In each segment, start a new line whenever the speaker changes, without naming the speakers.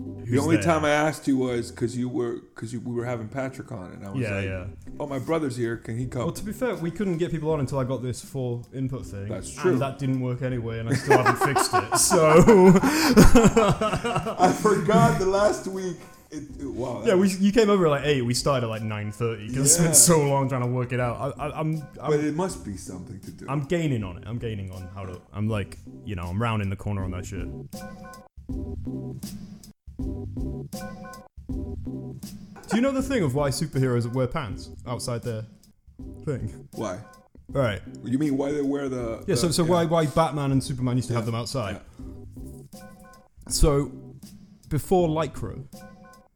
the only time I asked you was because you were because we were having Patrick on, and I was
Yeah,
like,
yeah.
"Oh, my brother's here. Can he come?"
Well, to be fair, we couldn't get people on until I got this full input thing.
That's true.
And that didn't work anyway, and I still haven't fixed it. So
I forgot the last week. It, it- wow. that-
yeah, we, you came over at like eight. We started at like nine thirty because I
Yeah.
spent so long trying to work it out. I, I, I'm I'm,
but it must be something to do.
I'm gaining on it. I'm gaining on how to. I'm like you know I'm rounding the corner on that shit. Do you know the thing of why superheroes wear pants outside their thing?
why?
All right.
You mean why they wear the?
Yeah,
the-
so, so why, why Batman and Superman used to have them outside. So, before Lycra,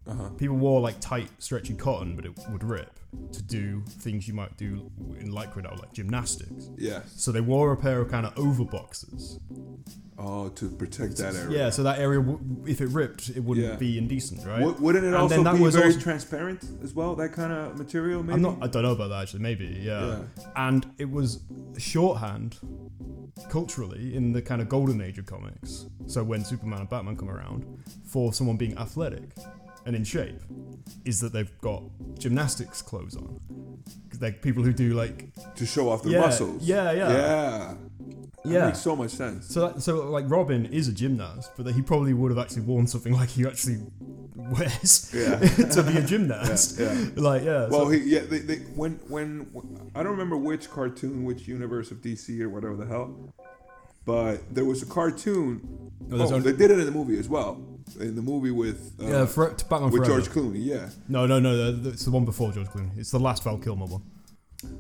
Uh-huh.
people wore like tight, stretchy cotton, but it would rip to do things you might do in Lycra now, like gymnastics.
Yes.
So, they wore a pair of kind of overboxes.
Oh, to protect that area.
Yeah, so that area, w- if it ripped, it wouldn't
Yeah.
be indecent, right?
Wou- wouldn't it
And
also
then that
be
was
very
also-
transparent as well? That kind of material, maybe.
I'm not, I don't know about that actually, maybe, yeah. And it was shorthand culturally in the kind of golden age of comics. So when Superman and Batman come around, for someone being athletic and in shape, is that they've got gymnastics clothes on. 'Cause They're people who do like
to show off the
Yeah,
muscles.
yeah, yeah.
yeah. That
Yeah.
makes so much sense.
so that, so like Robin is a gymnast, but that he probably would have actually worn something like he actually wears
Yeah.
to be a gymnast.
Yeah, yeah.
Like yeah, so-
Well, he, yeah, they, they, when, when I don't remember which cartoon, which universe of DC or whatever the hell, but there was a cartoon.
No, there's
oh,
only-
they did it in the movie as well. In the movie with uh,
yeah, for, to Batman
with
Forever.
George Clooney, yeah.
No, no, no. the- the- It's the one before George Clooney. It's the last Val Kilmer one.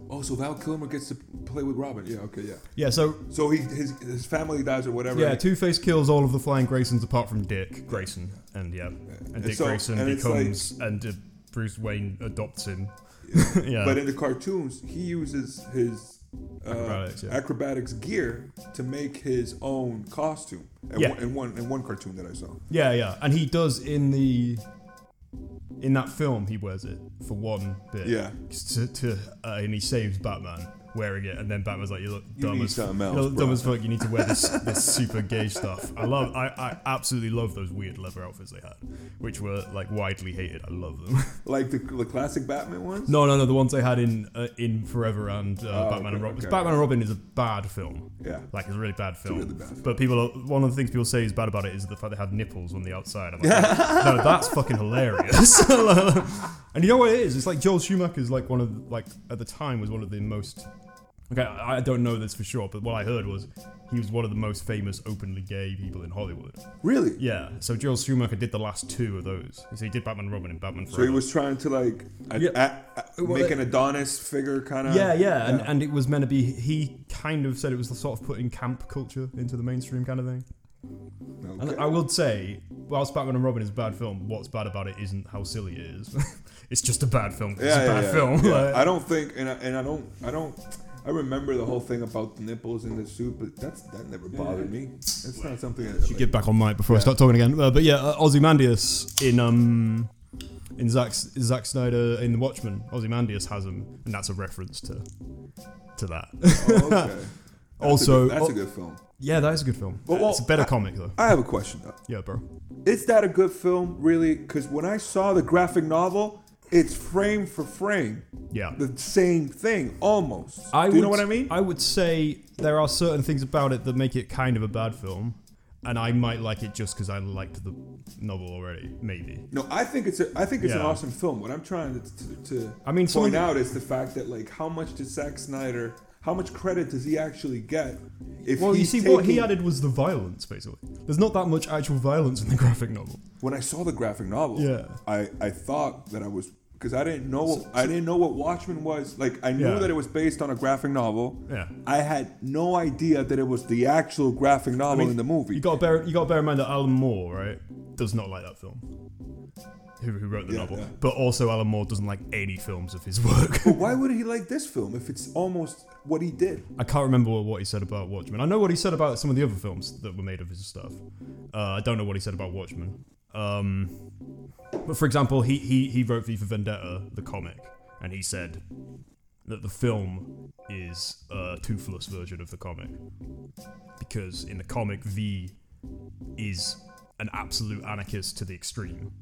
Oh, so Val Kilmer gets to play with Robin. Yeah, okay, yeah.
Yeah. So
So he his his family dies or whatever.
yeah, Two Face kills all of the flying Graysons apart from Dick Grayson, and yeah, and Dick
so-
Grayson
and it's
becomes and uh, Bruce Wayne adopts him. yeah.
But in the cartoons, he uses his uh,
Acrobatics,
acrobatics,
yeah.
gear to make his own costume. In,
Yeah.
one, in one in one cartoon that I saw.
yeah, yeah, and he does in the in that film he wears it for one bit.
Yeah.
To, to uh, and he saves Batman wearing it, and then Batman's like, "You look
You
dumb
need
as
something
you
else,
look dumb
bro."
as fuck. You need to wear this this super gay stuff." I love, I, I absolutely love those weird leather outfits they had, which were like widely hated. I love them.
Like the, the classic Batman ones.
No, no, no. The ones they had in uh, in Forever and uh, Batman and
Oh, okay,
Robin.
okay.
Batman and Robin is a bad film.
Yeah.
Like it's a really bad film.
really bad film.
But people, are, one of the things people say is bad about it is the fact they had nipples on the outside. I'm like, no, that's fucking hilarious. and you know what it is? It's like Joel Schumacher's like one of the, like at the time was one of the most. Okay, I I don't know this for sure, but what I heard was he was one of the most famous openly gay people in Hollywood.
Really?
Yeah, so Joel Schumacher did the last two of those. So he did Batman and Robin and Batman Forever.
So he was trying to like a,
Yeah.
a- a- make an Adonis figure kind of.
Yeah, Um, yeah, and, and it was meant to be. He kind of said it was the sort of putting camp culture into the mainstream kind of thing. And I will say, whilst Batman and Robin is a bad film, what's bad about it isn't how silly it is. it's just a bad film. 'cause
yeah,
it's a
yeah,
bad
yeah,
film.
yeah.
like-
I don't think, and I, and I don't, I don't, I remember the whole thing about the nipples in the suit, but that's that never bothered me. That's not something that
should get back on mic before I start talking again. Uh, but yeah, uh, Ozymandias in um in Zack's Zack Snyder in The Watchmen, Ozymandias has him, and that's a reference to to that.
Like, oh, okay.
also,
that's a good, that's
oh,
a good film.
yeah, that is a good film.
But, well,
it's a better
I-
comic though.
I have a question though.
yeah, bro.
is that a good film really because when i saw the graphic novel it's frame for frame
Yeah.
the same thing almost
I
do you know
would-
what i mean
I would say there are certain things about it that make it kind of a bad film, and I might like it just because I liked the novel already. Maybe.
no i think it's a, i think it's an
Yeah.
awesome film what i'm trying to, to, to
I mean, some of
point
the-
out is the fact that like how much does Zack snyder how much credit does he actually get if
Well, you
he's
see, what he
taking-
added was the violence. Basically, there's not that much actual violence in the graphic novel.
when i saw the graphic novel
Yeah.
i i thought that i was because I didn't know what, I didn't know what Watchmen was like. I knew
Yeah.
that it was based on a graphic novel.
Yeah.
I had no idea that it was the actual graphic novel in the movie.
You got to bear you got to bear in mind that Alan Moore, right, does not like that film. Who, who wrote the
Yeah,
novel?
yeah.
But also, Alan Moore doesn't like any films of his work.
But why would he like this film if it's almost what he did?
I can't remember what he said about Watchmen. I know what he said about some of the other films that were made of his stuff. Uh, I don't know what he said about Watchmen. Um, but for example, he, he he wrote V for Vendetta, the comic, and he said that the film is a toothless version of the comic. Because in the comic, V is an absolute anarchist to the extreme,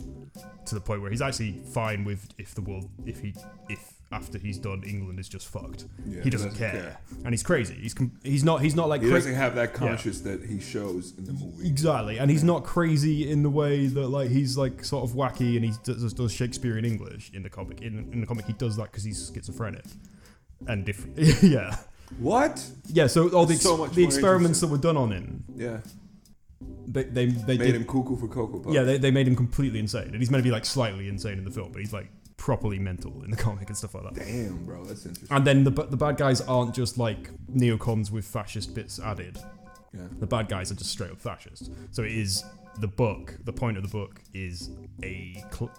to the point where he's actually fine with if the world, if he, if after he's done, England is just fucked.
Yeah,
he doesn't,
doesn't
care.
care.
and he's crazy. He's com- he's not he's not like
He
cra-
doesn't have that conscience that he shows in the movie.
Exactly, and he's not crazy in the way that like he's like sort of wacky, and he does, does Shakespearean English in the comic. In, in the comic, he does that because he's schizophrenic and different. yeah,
What?
yeah. So all the
It's so
ex-
much
the
more
experiments that were done on him,
Yeah,
they they, they
made
did.
him cuckoo for cocoa puffs.
yeah, they, they made him completely insane, and he's meant to be like slightly insane in the film, but he's like properly mental in the comic and stuff like that.
Damn, bro, that's interesting.
And then the bu- the bad guys aren't just like neocons with fascist bits added.
Yeah.
the bad guys are just straight up fascists. So it is the book. The point of the book is a cl-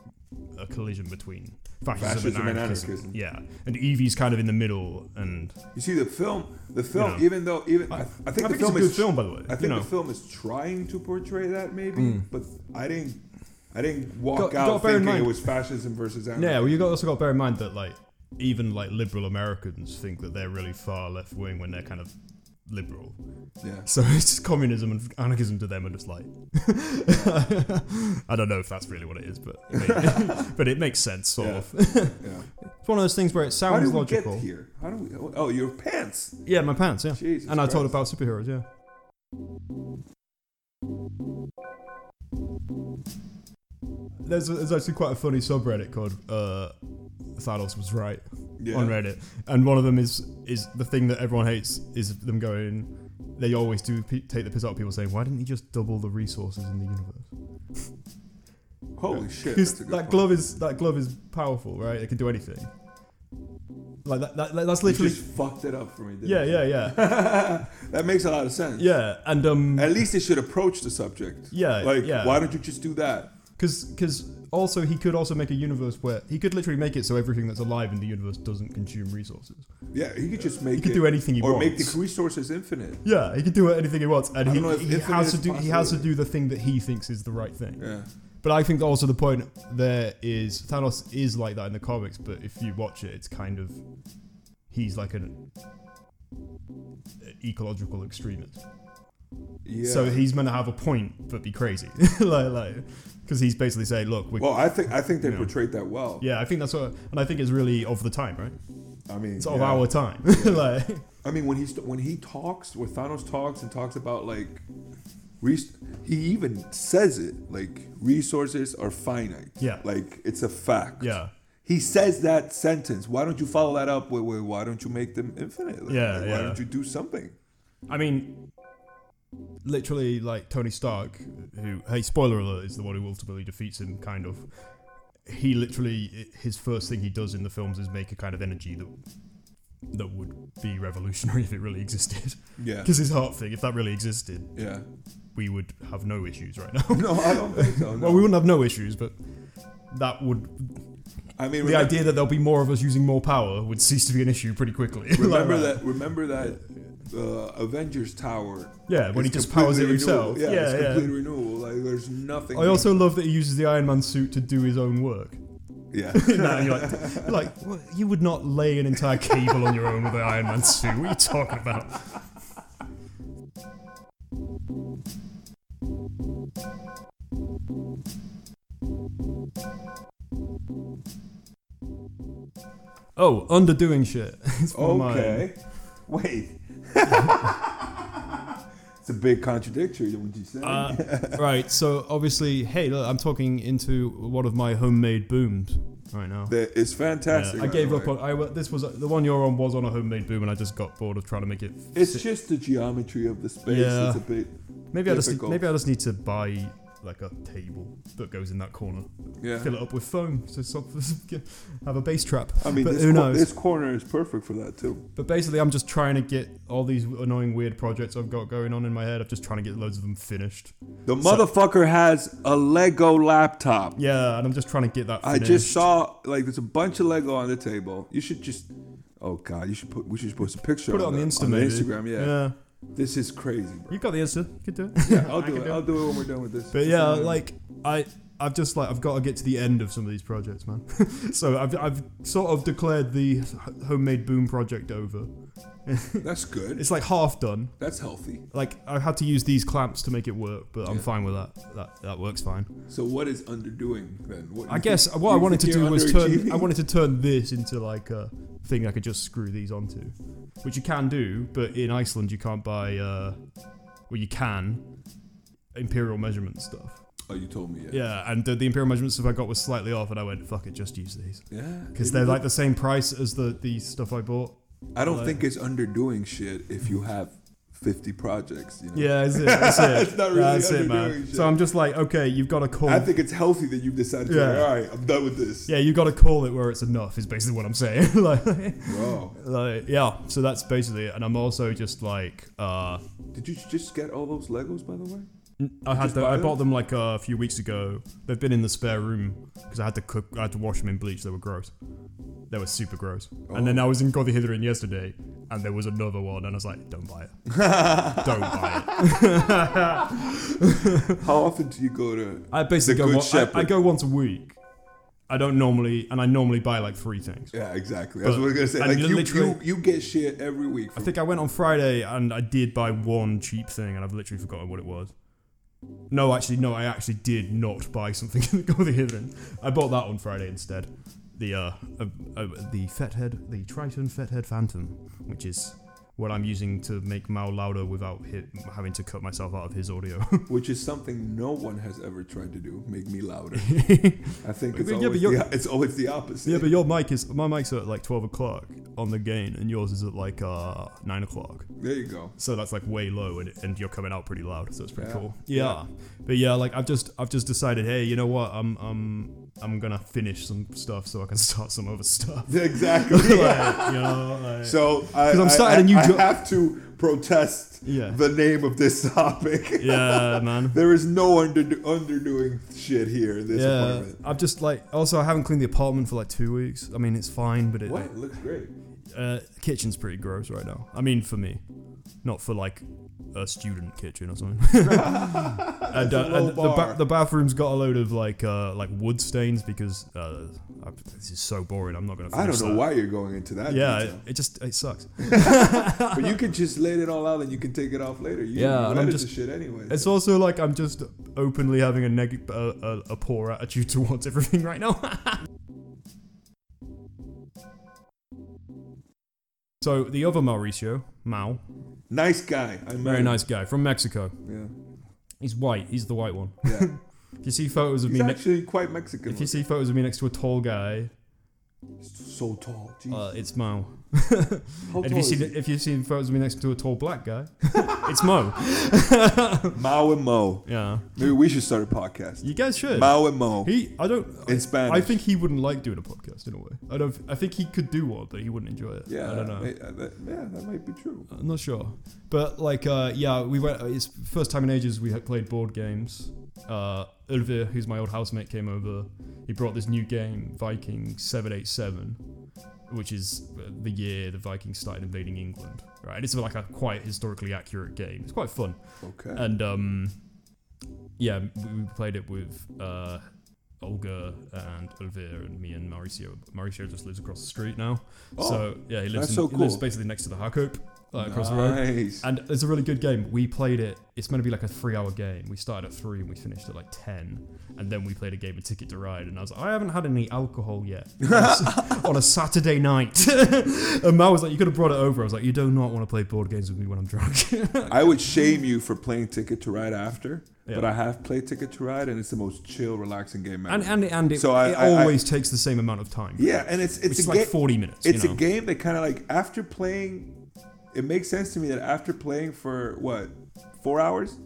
a collision between fascism,
Fascism
and
and
anarchism.
anarchism.
Yeah, and Evie's kind of in the middle, and
You see, the film, the film,
Yeah.
even though, even I, I think
I
the
think
film
it's a good
is
film, by the way.
I think
you know, Mm.
the film is trying to portray that maybe, but I didn't. I didn't walk
Got-
out
got bear in
thinking it
mind-
was fascism versus anarchy.
yeah. Well, you got also got to bear in mind that like even like liberal Americans think that they're really far left wing when they're kind of liberal.
Yeah.
So it's just communism and anarchism to them are just like I don't know if that's really what it is, but it may- but it makes sense sort
Yeah.
of.
yeah.
It's one of those things where it
How
sounds
did we
logical.
get here? How do we? Oh, your pants.
Yeah, my pants, yeah.
Jesus
and I told about
Christ.
superheroes, yeah. There's, there's actually quite a funny subreddit called uh, Thanos was right
Yeah.
on Reddit, and one of them is is the thing that everyone hates is them going. They always do pe- take the piss out of people saying, "Why didn't he just double the resources in the universe?"
Holy shit!
Because
That's a good
that
point.
glove is that glove is powerful, right? It can do anything. Like that, that, that's
You
literally.
just fucked it up for me. Didn't
Yeah, yeah, yeah,
yeah. that makes a lot of sense.
yeah, and um.
At least they should approach the subject.
Yeah,
Like,
yeah.
why don't you just do that?
Because because also he could also make a universe where he could literally make it so everything that's alive in the universe doesn't consume resources.
Yeah, he could just make.
He could
it,
do anything he
or
wants.
make the resources infinite.
yeah, he could do anything he wants, and
I
he,
don't know if
he
infinite
has to
is
do he has to
possible.
do the thing that he thinks is the right thing.
Yeah.
But I think also the point there is Thanos is like that in the comics, but if you watch it, it's kind of he's like an ecological extremist.
Yeah.
So he's meant to have a point but be crazy, like like because he's basically saying, look, we're
well, I think I think they
Yeah.
portrayed that well.
yeah, I think that's what, and I think it's really of the time, right?
I mean,
It's of
yeah.
our time. like,
I mean, when he's when he talks, when Thanos talks and talks about like, res- he even says it like resources are finite.
Yeah.
like it's a fact.
Yeah.
he says that sentence. Why don't you follow that up with, with why don't you make them infinite? Like,
Yeah,
like,
yeah.
Why don't you do something?
I mean, literally, like Tony Stark, who, hey, spoiler alert, is the one who ultimately defeats him, kind of. He literally, his first thing he does in the films is make a kind of energy that that would be revolutionary if it really existed.
Yeah,
Because his heart thing, if that really existed,
yeah.
we would have no issues right now.
No, I don't think so. No.
well, we wouldn't have no issues, but that would
I mean,
the
remember,
idea that there'll be more of us using more power would cease to be an issue pretty quickly. Like
remember that. Remember that. Uh, Avengers Tower.
Yeah, when
is
he just powers it
completely
himself.
renewable.
Yeah,
Yeah, it's
yeah.
completely renewable. Like there's nothing.
I also love that he uses the Iron Man suit to do his own work.
yeah.
no, you're like, you're like "What? you would not lay an entire cable on your own with an Iron Man suit. What are you talking about? Oh, underdoing shit. It's one of mine.
Okay. Wait. it's a big contradictory to what you said.
Uh, right, so obviously, hey, look, I'm talking into one of my homemade booms right now.
That- it's fantastic.
I
by
gave
the
up
way.
on. I wa- this was the one you're on was on a homemade boom, and I just got bored of trying to make it.
It's just the geometry of the space.
Yeah.
It's a bit.
Maybe I just
difficult.
maybe I just need to buy like a table that goes in that corner,
Yeah.
fill it up with foam, so so- have a bass trap.
I mean,
but
this,
who
cor-
knows?
this corner is perfect for that too.
But basically, I'm just trying to get all these annoying weird projects I've got going on in my head. I'm just trying to get loads of them finished.
The motherfucker has a Lego laptop.
Yeah, and I'm just trying to get that.
I
Finished.
just saw like there's a bunch of Lego on the table. You should just. Oh God, you should put. We should post a picture.
put it on
on
the Insta,
on
maybe.
Instagram, yeah.
yeah.
This is crazy, bro.
You got the Insta. You could do it.
Yeah, I'll
I
do
can
it.
do
I'll do it when we're done with this.
But yeah, like I, I've just like I've got to get to the end of some of these projects, man. so I've I've sort of declared the h- homemade boom project over.
That's good.
It's like half done.
That's healthy.
Like I had to use these clamps to make it work, but I'm
Yeah.
fine with that. That that works fine.
So what is underdoing then? What do
I
you
guess
think-
what
do
I
you
wanted to
think
do
you're
was turn. I
underachieving?
wanted to turn this into like a thing I could just screw these onto, which you can do, but in Iceland you can't buy. Uh, well, you can imperial measurement stuff.
Oh, you told me. Yeah.
Yeah, and the, the imperial measurement stuff I got was slightly off, and I went fuck it, just use these
Yeah.
because
maybe
they're like the same price as the the stuff I bought.
I don't
like-
think it's underdoing shit if you have 50 projects. You know?
Yeah, that's it. That's it.
It's not really
that's it,
underdoing
man.
shit.
So I'm just like, okay, you've got to call.
I think it's healthy that you've decided. to,
Yeah.
All right, I'm done with this.
yeah, you've got to call it where it's enough. Is basically what I'm saying. like,
Bro,
Like, yeah, so that's basically it. And I'm also just like, uh,
did you just get all those Legos by the way?
I had
Just
the,
buy
I
them?
bought them like a few weeks ago. They've been in the spare room because I had to cook, I had to wash them in bleach. They were gross. They were super gross. And then I was in Gothitherin yesterday, and there was another one, and I was like, don't buy it, don't buy it.
How often do you go to?
I basically
The
go,
Good
one, I- I,
Shepherd.
go once a week. I don't normally, and I normally buy like three things.
Yeah, exactly. That's
But-
what I was gonna say.
and
Like
you
you, you,
literally-
you get shit every week.
I
From,
think I went on Friday and I did buy one cheap thing, and I've literally forgotten what it was. No, actually, no, I actually did not buy something in the Golden Heathen. I bought that on Friday instead. The uh, uh, uh the Fethead, the Triton Fethead Phantom, which is what I'm using to make Mao louder without hit, having to cut myself out of his audio.
which is something no one has ever tried to do. Make me louder.
yeah,
I think
But-
it's
but yeah, but
always,
you're-
the, it's always the opposite.
but your mic is my mic's at like twelve o'clock on the gain, and yours is at like uh nine o'clock.
there you go.
so that's like way low and, and you're coming out pretty loud so it's pretty
Yeah.
cool yeah. but yeah like i've just i've just decided hey you know what i'm i'm i'm gonna finish some stuff so i can start some other stuff
Exactly.
you know like,
So I,
'Cause I'm
I-
starting a
I-
new
I
job.
have to protest
Yeah.
the name of this topic.
yeah man
There is no under underdoing shit here in this
yeah
apartment.
i've just like also i haven't cleaned the apartment for like two weeks i mean it's fine but it
What? It looks great.
uh kitchen's pretty gross right now i mean for me not for like a student kitchen or something and, uh,
a low
and the, ba-
bar.
the bathroom's got a load of like uh like wood stains because uh I, this is so boring i'm not gonna
I
finish
don't know
that.
why you're going into that.
yeah it,
detail.
it just it sucks
but you can just lay it all out and you can take it off later. You
Yeah, and I'm
I'm
just-
just shit anyway.
it's also like i'm just openly having a neg- uh, a, a poor attitude towards everything right now so the other mauricio mao
Nice guy. I met
very
him.
nice guy from mexico
Yeah,
He's white. He's the white one.
yeah.
If you see photos of
He's
me, ne-
actually quite Mexican.
if you
looking.
see photos of me next to a tall guy,
so tall. Jeez.
uh, it's Mo.
How
And if
tall
you
is
see
he?
if you see photos of me next to a tall black guy, it's Mo.
Mao and Mo.
Yeah,
Maybe we should start a podcast.
you guys should.
Mao and Mo
He, I don't.
in Spanish.
I think he wouldn't like doing a podcast in a way. I don't. I think he could do one, but he wouldn't enjoy it.
yeah,
I don't know.
may- uh, that- yeah, that might be true.
I'm not sure, but like, uh, yeah, we went. It's first time in ages we had played board games. Uh, Ulve, who's my old housemate, came over. He brought this new game, Viking Seven Eight Seven, which is uh, the year the Vikings started invading England. Right, and it's like a quite historically accurate game. It's quite fun,
Okay.
and um, yeah, we we played it with uh, Olga and Ulve and me and Mauricio. Mauricio just lives across the street now,
Oh,
so yeah, he lives.
that's
in-
so
He lives
cool.
basically next to the Hakoop. Uh, across the road
Nice.
and it's a really good game. We played it. It's meant to be like a three-hour game. We started at three and we finished at like ten, and then we played a game of Ticket to Ride. And I was like, I haven't had any alcohol yet on a s- on a Saturday night. and Mal was like, you could have brought it over. I was like, you do not want to play board games with me when I'm drunk.
I would shame you for playing Ticket to Ride after,
Yeah.
but I have played Ticket to Ride, and it's the most chill, relaxing game ever.
and and and it,
So I-
it
I- I-
always takes the same amount of time.
yeah, and it's it's
Which is
a
like
game.
forty minutes.
it's
you know?
a game that kind of like after playing, it makes sense to me that after playing for what four hours,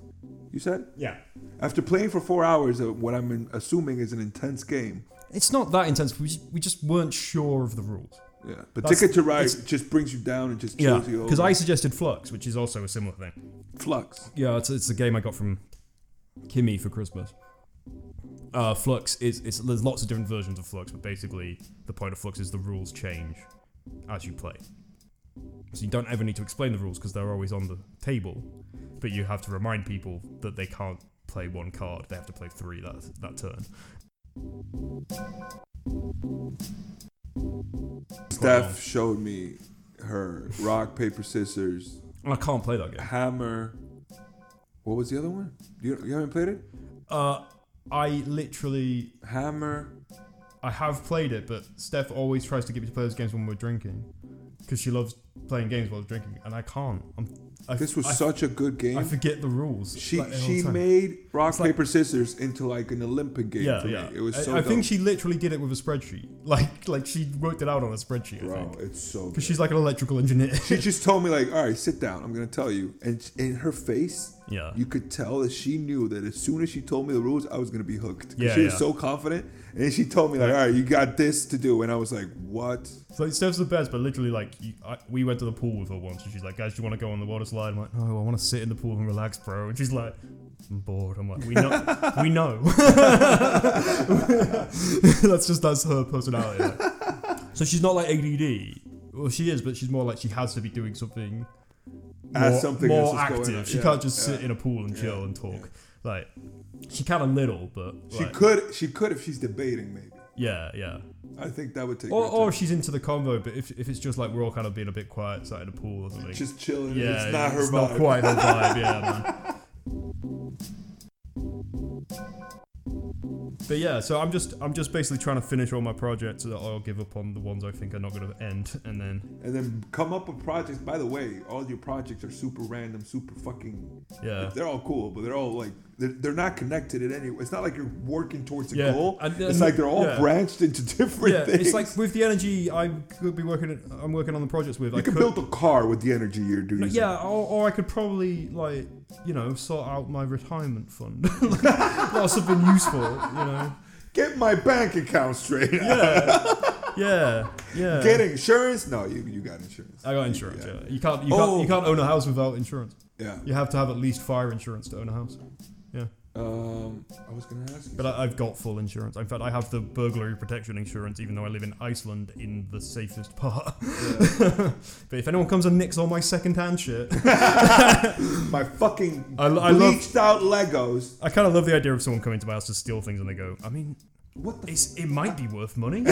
you said
Yeah.
after playing for four hours of what I'm in, assuming is an intense game.
It's not that intense. We just, we just weren't sure of the rules.
Yeah, but
That's-
Ticket to Ride
it's-
just brings you down and just
Yeah,
chills you over.
because I suggested Flux, which is also a similar thing.
flux.
Yeah, it's, it's a game I got from Kimmy for Christmas. Uh, Flux is it's, there's lots of different versions of Flux, but basically the point of Flux is the rules change as you play. So you don't ever need to explain the rules because they're always on the table, but you have to remind people that they can't play one card, they have to play three that that turn.
Steph showed me her rock paper scissors
And I can't play that game.
hammer. What was the other one? You, you haven't played it?
Uh, I literally
Hammer.
I have played it, but Steph always tries to get me to play those games when we're drinking because she loves playing games while drinking, and I can't. I'm, I,
This was
I,
such a good game.
I forget the rules.
She
like, all
she
the time.
made rock
like-
paper scissors into like an Olympic game
Yeah,
for
yeah.
me. It was
I-
so.
I, think
dope.
she literally did it with a spreadsheet. Like, like she worked it out on a spreadsheet. I
bro,
think
it's so. Good.
because she's like an electrical engineer.
She just told me like, all right, sit down. I'm gonna tell you. And in her face,
Yeah.
you could tell that she knew that as soon as she told me the rules, I was gonna be hooked. 'Cause
Yeah,
she was
yeah.
so confident, and then she told me like, all right, you got this to do, and I was like, what?
so Steph's the best, but literally, like, you, I, we went to the pool with her once, and she's like, "Guys, do you want to go on the water slide?" I'm like, "No, I want to sit in the pool and relax, bro." And she's like, "I'm bored." I'm like, "We know, we know." that's just that's her personality. like. So she's not like ADD. Well, she is, but she's more like she has to be doing something
As
more,
something
more
else is going
active.
on.
She
Yeah,
can't just sit
yeah.
in a pool and chill and talk. Like she can a little, but
She
like,
could. She could if she's debating. Maybe.
yeah, yeah.
I think that would take.
Or,
her
or if she's into the convo, but if, if it's just like we're all kind of being a bit quiet, sat in a pool or something.
to just chilling.
yeah,
it's not her
it's
vibe.
not quite her vibe. Yeah, man. But yeah, so I'm just I'm just basically trying to finish all my projects so that I'll give up on the ones I think are not going to end, and then
and then come up with projects. By the way, all your projects are super random, super fucking.
yeah,
They're all cool, but they're all like they're, they're not connected in any. It's not like you're working towards a
Yeah,
goal.
and-
it's
and-
like they're all
yeah.
branched into different
yeah.
things.
It's like with the energy I could be working I'm working on the projects with.
you
I
can
could
build a car with the energy you're
No,
doing.
yeah, or, or I could probably like you know sort out my retirement fund, like, or something useful, you know.
Get my bank account straight.
Yeah, yeah, yeah.
Get insurance? No, you, you got insurance.
I got insurance.
Yeah.
Yeah, you can't you
Oh.
can't you can't own a house without insurance.
Yeah.
You have to have at least fire insurance to own a house. Yeah,
Um, I was gonna ask. You
but I, I've got full insurance. In fact, I have the burglary protection insurance, even though I live in Iceland in the safest part. but if anyone comes and nicks all my second-hand shit,
my fucking
I lo- I love-
bleached out Legos.
I kind of love the idea of someone coming to my house to steal things and they go, I mean,
What the?
It's, it might be worth money.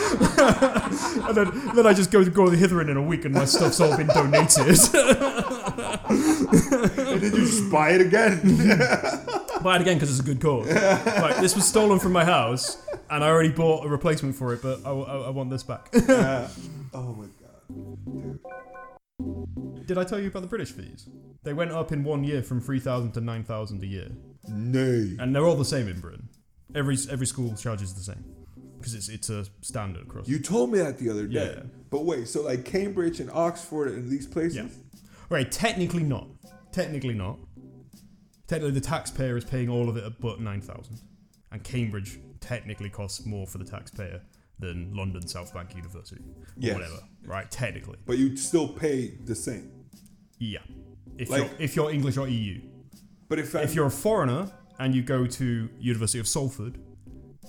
and then, then I just go to go to Hitherin in a week and my stuff's all been donated.
F- did you just buy it again?
Buy it again because it's a good cause. Like, this was stolen from my house and I already bought a replacement for it, but I, I- I want this back.
yeah. Oh my god.
Did I tell you about the British fees? They went up in one year from 3,000 to 9,000 a year.
Nay.
And they're all the same in Britain. Every, every school charges the same because it's, it's a standard across.
You told me that the other day.
Yeah.
But wait, so like Cambridge and Oxford and these places?
Yeah. Right, technically not. Technically not. Technically, the taxpayer is paying all of it but 9,000. And Cambridge technically costs more for the taxpayer than London South Bank University. Or
Yes.
whatever. Right, technically.
But you still pay the same.
Yeah. If,
Like-
you're, if you're English or EU.
But if,
If you're a foreigner and you go to University of Salford,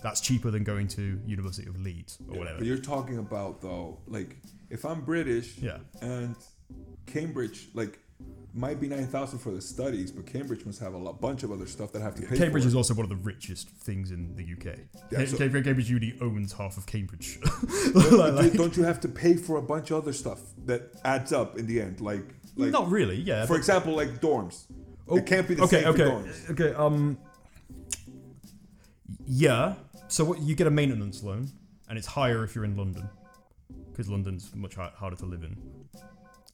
that's cheaper than going to University of Leeds or
But
whatever.
you're talking about though, like if I'm British
Yeah.
and Cambridge, like might be nine thousand for the studies, but Cambridge must have a lot, bunch of other stuff that I have to pay.
Cambridge
for.
is also one of the richest things in the UK.
Yeah,
Ca-
so-
Cambridge, Cambridge Uni owns half of Cambridge.
But
Like-
do- don't you have to pay for a bunch of other stuff that adds up in the end? Like, like
not really, yeah.
for example, like dorms. it can't be the
Oh, okay,
same
okay,
for dorms.
okay. Um, yeah. So what, you get a maintenance loan, and it's higher if you're in London, because London's much hi- harder to live in.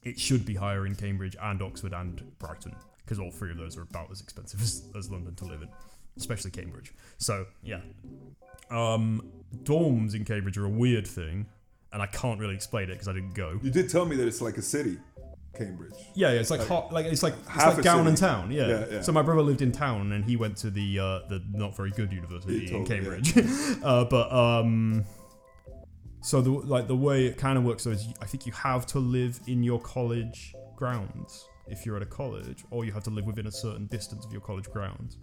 It should be higher in Cambridge and Oxford and Brighton, because all three of those are about as expensive as, as London to live in, especially Cambridge. So yeah, um, dorms in Cambridge are a weird thing, and I can't really explain it because I didn't go.
You did tell me that it's like a city, Cambridge.
Yeah, yeah, it's like hot, like it's like it's
half
like
a
down
city.
in town. Yeah.
Yeah, yeah.
So my brother lived in town, and he went to the uh, the not very good university
Yeah,
in
totally,
Cambridge. uh, but um, so the like the way it kind of works though is you- I think you have to live in your college grounds if you're at a college, or you have to live within a certain distance of your college grounds.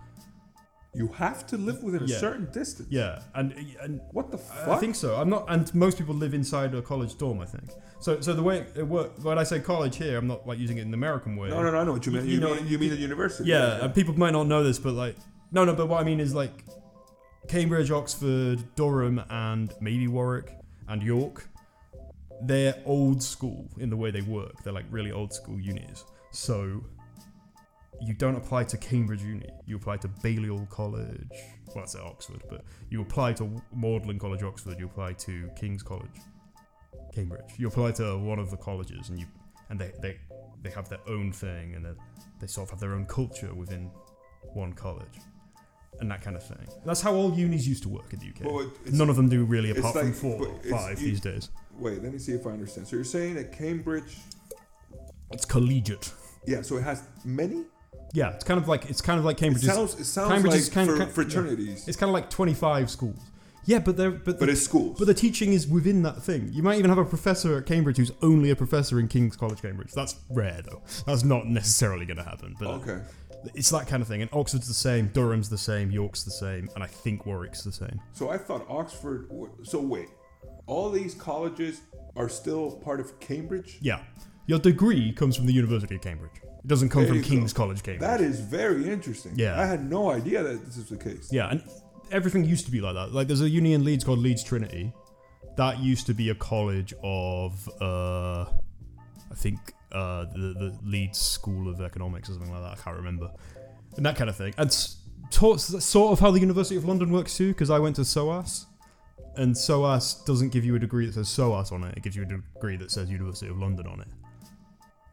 You have to live within a
Yeah.
certain distance.
Yeah, and and
What the
I-
fuck?
I think so. I'm not, and most people live inside a college dorm. I think so. So the way it works, when I say college here, I'm not like using it in the American way.
no, no, no. I know what you mean. You,
You know-
mean you mean at university?
Yeah, and people might not know this, but like, no, no. But what I mean is like, Cambridge, Oxford, Durham, and maybe Warwick and York. They're old school in the way they work. They're like really old school unis. So you don't apply to Cambridge Uni. You apply to Balliol College. Well, that's at Oxford, but you apply to Magdalen College, Oxford. You apply to King's College, Cambridge. You apply to one of the colleges, and you and they they, they have their own thing, and they they sort of have their own culture within one college, and that kind of thing. That's how all unis used to work in the UK.
Well, it- it's-
None of them do really,
it's
apart from
like-
four
but
or
it's-
five
you-
these days.
Wait, let me see if I understand. So you're saying that Cambridge?
It's collegiate.
Yeah. So it has many.
Yeah, it's kind of like it's kind of like
It
Cambridge's.
sounds. It sounds
Cambridge
like
is kind of-
fr-
yeah.
fraternities.
It's kind of like 25 schools. Yeah, but they're but,
But
the,
it's schools.
but the teaching is within that thing. You might even have a professor at Cambridge who's only a professor in King's College, Cambridge. That's rare though. That's not necessarily going to happen. But
okay.
it's that kind of thing. And Oxford's the same, Durham's the same, York's the same, and I think Warwick's the same.
So I thought Oxford. wa- So wait, all these colleges are still part of Cambridge.
Yeah, your degree comes from the University of Cambridge. It doesn't come
There
from
you go.
King's College, Cambridge.
That is very interesting.
Yeah.
I had no idea that this was the case.
Yeah, and everything used to be like that. Like, there's a uni in Leeds called Leeds Trinity. That used to be a college of, uh, I think, uh, the, the Leeds School of Economics or something like that. I can't remember. And that kind of thing. And s- taught, sort of how the University of London works too, because I went to SOAS. And SOAS doesn't give you a degree that says SOAS on it. It gives you a degree that says University of London on it.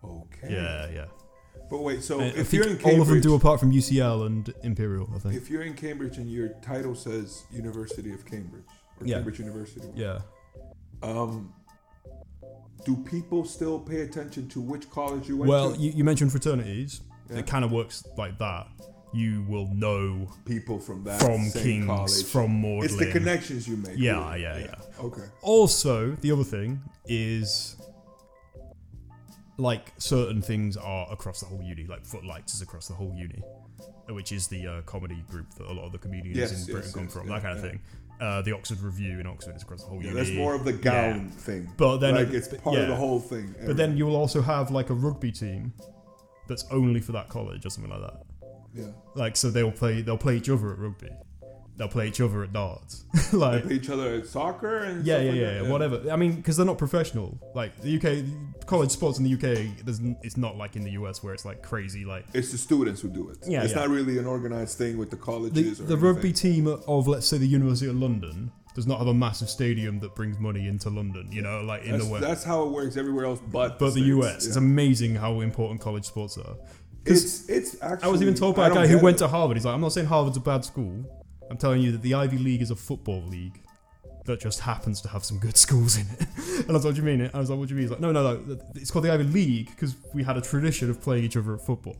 Okay.
Yeah, yeah.
But wait, so
And I
Oh, if
think
you're in
all
Cambridge,
of them do apart from UCL and Imperial, I think.
if you're in Cambridge and your title says University of Cambridge or
Yeah.
Cambridge University,
Yeah.
um, do people still pay attention to which college you went
Well,
to?
you, you mentioned fraternities.
Yeah.
It kind of works like that. You will know
people from that
from
same
Kings,
college.
from Magdalen.
it's the connections you make.
Yeah,
really.
yeah, yeah.
Okay.
Also, the other thing is like certain things are across the whole uni. Like Footlights is across the whole uni, which is the uh, comedy group that a lot of the comedians
Yes,
in Britain
yes,
come
yes,
from.
yeah,
that kind of
yeah.
thing. Uh, the Oxford Review in Oxford is across the whole
Yeah,
uni.
that's more of the
Yeah.
gown thing.
But then-
like it's part of the
yeah.
whole thing.
But then you will also have like a rugby team that's only for that college or something like that.
yeah,
Like so they'll play they'll play each other at rugby. They'll play each other at darts. like
play each other at soccer and
yeah,
stuff
yeah,
like
yeah,
that?
whatever. I mean, because they're not professional. Like the UK college sports in the UK, there's n- it's not like in the US where it's like crazy. Like
It's the students who do it.
Yeah,
it's
yeah.
not really an organized thing with the
the,
colleges. or
the
anything.
rugby team of let's say the University of London does not have a massive stadium that brings money into London. You know, like in
That's,
the West.
that's how it works everywhere else,
but
but
the
States.
US, it's
Yeah.
amazing how important college sports are. 'Cause
It's it's actually.
I was even told by
I
a
don't
guy who
get
went
it.
to Harvard. He's like, I'm not saying Harvard's a bad school. I'm telling you that the Ivy League is a football league that just happens to have some good schools in it. and I was like, what do you mean? I was like, what do you mean? He's like, no, no, no. th- It's called the Ivy League because we had a tradition of playing each other at football.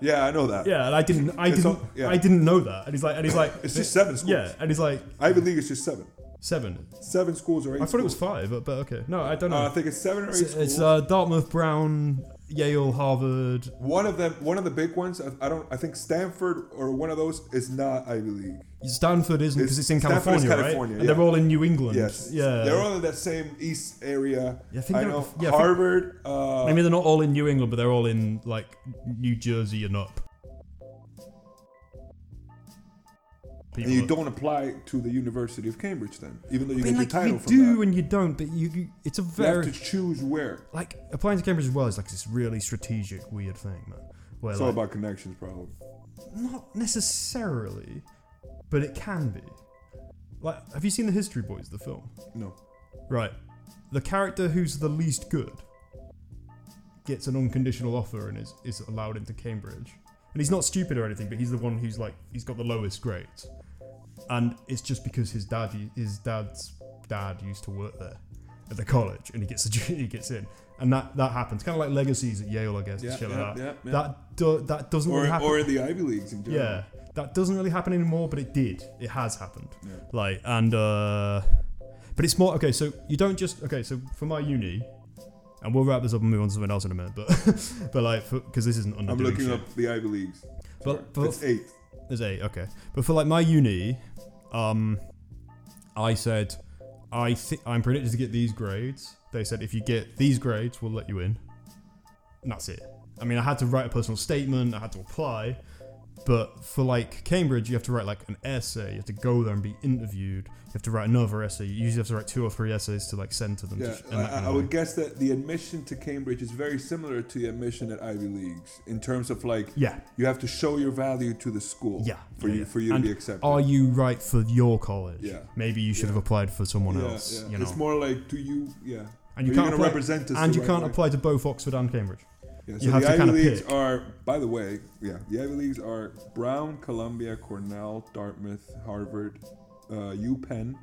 Yeah, I know that.
Yeah, and I didn't, I
It's
didn't,
all- yeah.
I didn't know that. And he's like, and he's like,
It's just seven schools.
yeah, and he's like
Ivy League is just seven.
seven.
Seven schools or eight.
I thought it was
schools.
five, but, but okay. No, I don't know.
Uh, I think it's seven or eight
it's
schools.
it's uh, Dartmouth, Brown, Yale, Harvard.
one of them, one of the big ones. I, I don't. I think Stanford or one of those is not Ivy League.
Stanford isn't because it's in
Stanford is
California, right?
California,
And
yeah.
they're all in New England.
Yes.
Yeah.
They're all in that same East area.
Yeah, I think they're-
know
yeah, I think-
Harvard. uh,
I mean, they're not all in New England, but they're all in like New Jersey and up.
and you don't apply to the University of Cambridge then, even though you
I
get
mean,
your
like
title
you
from
do
that.
and you don't, but you, you it's a
You have to
very
choose where.
like applying to Cambridge as well is like this really strategic, weird thing, man. Where
It's all
like,
about connections, probably.
not necessarily, but it can be. Like, have you seen the History Boys, the film?
No.
Right. The character who's the least good gets an unconditional offer and is, is allowed into Cambridge. And he's not stupid or anything, but he's the one who's like he's got the lowest grades. And it's just because his dad his dad's dad used to work there at the college and he gets a, he gets in. And that, that happens. Kind of like legacies at Yale, I guess,
Yeah,
and shit
yeah,
like that.
yeah, yeah.
That do, that doesn't
Or,
really happen.
or in the Ivy Leagues in general.
Yeah, that doesn't really happen anymore, but it did. It has happened.
Yeah.
Like, and uh, but it's more okay. So you don't just okay. So for my uni, and we'll wrap this up and move on to something else in a minute. But but like because this isn't under.
I'm
doing
looking
shit.
up the Ivy Leagues.
But-
Sorry.
but-
it's eight.
There's eight, okay. But for like my uni, um, I said, I thi I'm predicted to get these grades. They said, if you get these grades, we'll let you in. And that's it. I mean, I had to write a personal statement, I had to apply. But for like Cambridge, you have to write like an essay. You have to go there and be interviewed. You have to write another essay. You usually have to write two or three essays to like send to them.
Yeah,
and
I,
that kind
I- I
of
would
thing.
guess that the admission to Cambridge is very similar to the admission at Ivy Leagues in terms of like
Yeah.
you have to show your value to the school
Yeah,
for
yeah,
you
yeah.
for you
And
to be accepted.
Are you right for your college?
Yeah.
Maybe you should
Yeah.
have applied for someone
yeah,
else.
yeah.
You know.
It's more like do you yeah.
and you
Are
can't
gonna
apply,
represent us
and
the
you
right
can't
way?
apply to both Oxford and Cambridge.
Yeah, so
have
the
to
Ivy
kinda
Leagues
pick.
are by the way, yeah, the Ivy Leagues are Brown, Columbia, Cornell, Dartmouth, Harvard, uh, UPenn,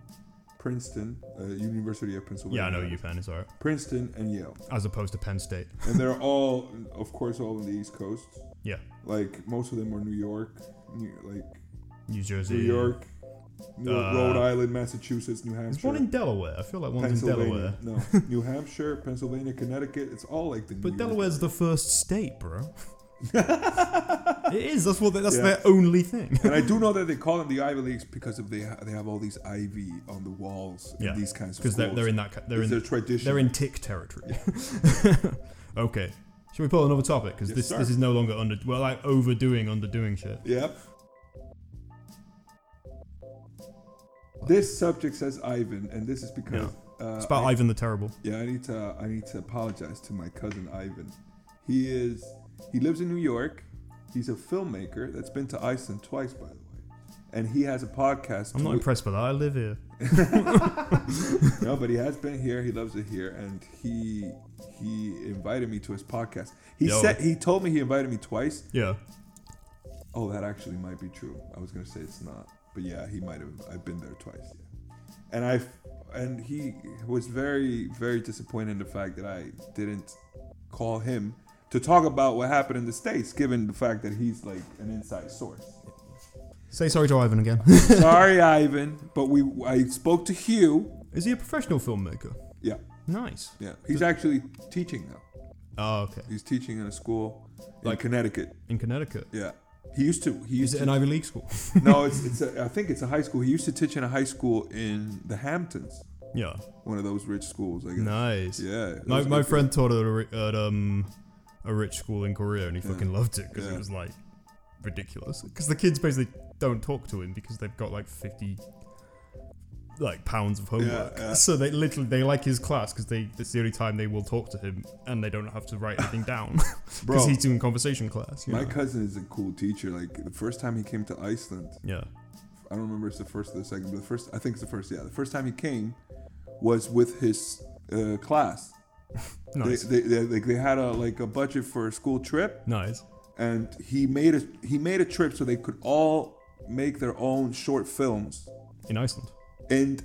Princeton, uh, University of Pennsylvania.
Yeah, I know UPenn is alright,
Princeton and Yale.
as opposed to Penn State.
and they're all, of course, all on the East Coast.
Yeah,
Like most of them are New York, New, like
New Jersey.
New York, New-
Uh,
Rhode Island, Massachusetts, New
There's
Hampshire,
one in Delaware. I feel like one's in Delaware,
Pennsylvania. No, New Hampshire, Pennsylvania, Connecticut. It's all like the.
but
New
Delaware's the first state, bro. it is. That's what. They, that's
Yeah.
their only thing.
York. And I do know that they call them the Ivy Leagues because of they ha- they have all these ivy on the walls in
Yeah,
these kinds of
Because they're, they're in that. ca- They're
it's
in.
their tradition.
They're in tick territory. okay. Should we pull another topic? Because
Yes,
this
sir.
this is no longer under. Well, like overdoing, underdoing shit.
Yep. This subject says Ivan, and this is because uh,
It's about
I-
Ivan the Terrible.
Yeah, I need to I need to apologize to my cousin Ivan. He is he lives in New York. He's a filmmaker that's been to Iceland twice, by the way, and he has a podcast.
I'm not
wi-
impressed by that. I live here.
no, but he has been here. He loves it here, and he he invited me to his podcast. He
Yo.
said he told me he invited me twice.
Yeah.
Oh, that actually might be true. I was gonna say it's not, but yeah, he might have. I've been there twice, yeah. and I and he was very very disappointed in the fact that I didn't call him to talk about what happened in the states, given the fact that he's like an inside source.
Say sorry to Ivan again.
Sorry, Ivan, but we I spoke to Hugh.
is he a professional filmmaker?
Yeah,
Nice.
yeah, he's actually teaching now.
Oh, okay.
He's teaching in a school in
Like-
Connecticut.
In Connecticut.
Yeah, he used to. He
Is
used
it
to
an Ivy League school?
no, it's, it's a, I think it's a high school. He used to teach in a high school in the Hamptons,
yeah.
one of those rich schools. I guess.
Nice.
Yeah. that
My,
was
my
good.
friend taught at a, ri- at, um, a rich school in Korea and he fucking loved it because
Yeah.
it was like ridiculous. Because the kids basically don't talk to him because they've got like 50 like pounds of homework.
yeah.
So they literally, they like his class because they it's the only time they will talk to him and they don't have to write anything down
Bro.
because he's doing conversation class. you
My
know?
cousin is a cool teacher. Like the first time he came to Iceland,
yeah.
I don't remember if it's the first or the second, but the first I think it's the first. Yeah, the first time he came was with his uh, class.
Nice.
They, they, they, like, they had a like a budget for a school trip,
nice.
and he made a he made a trip so they could all make their own short films
In Iceland.
in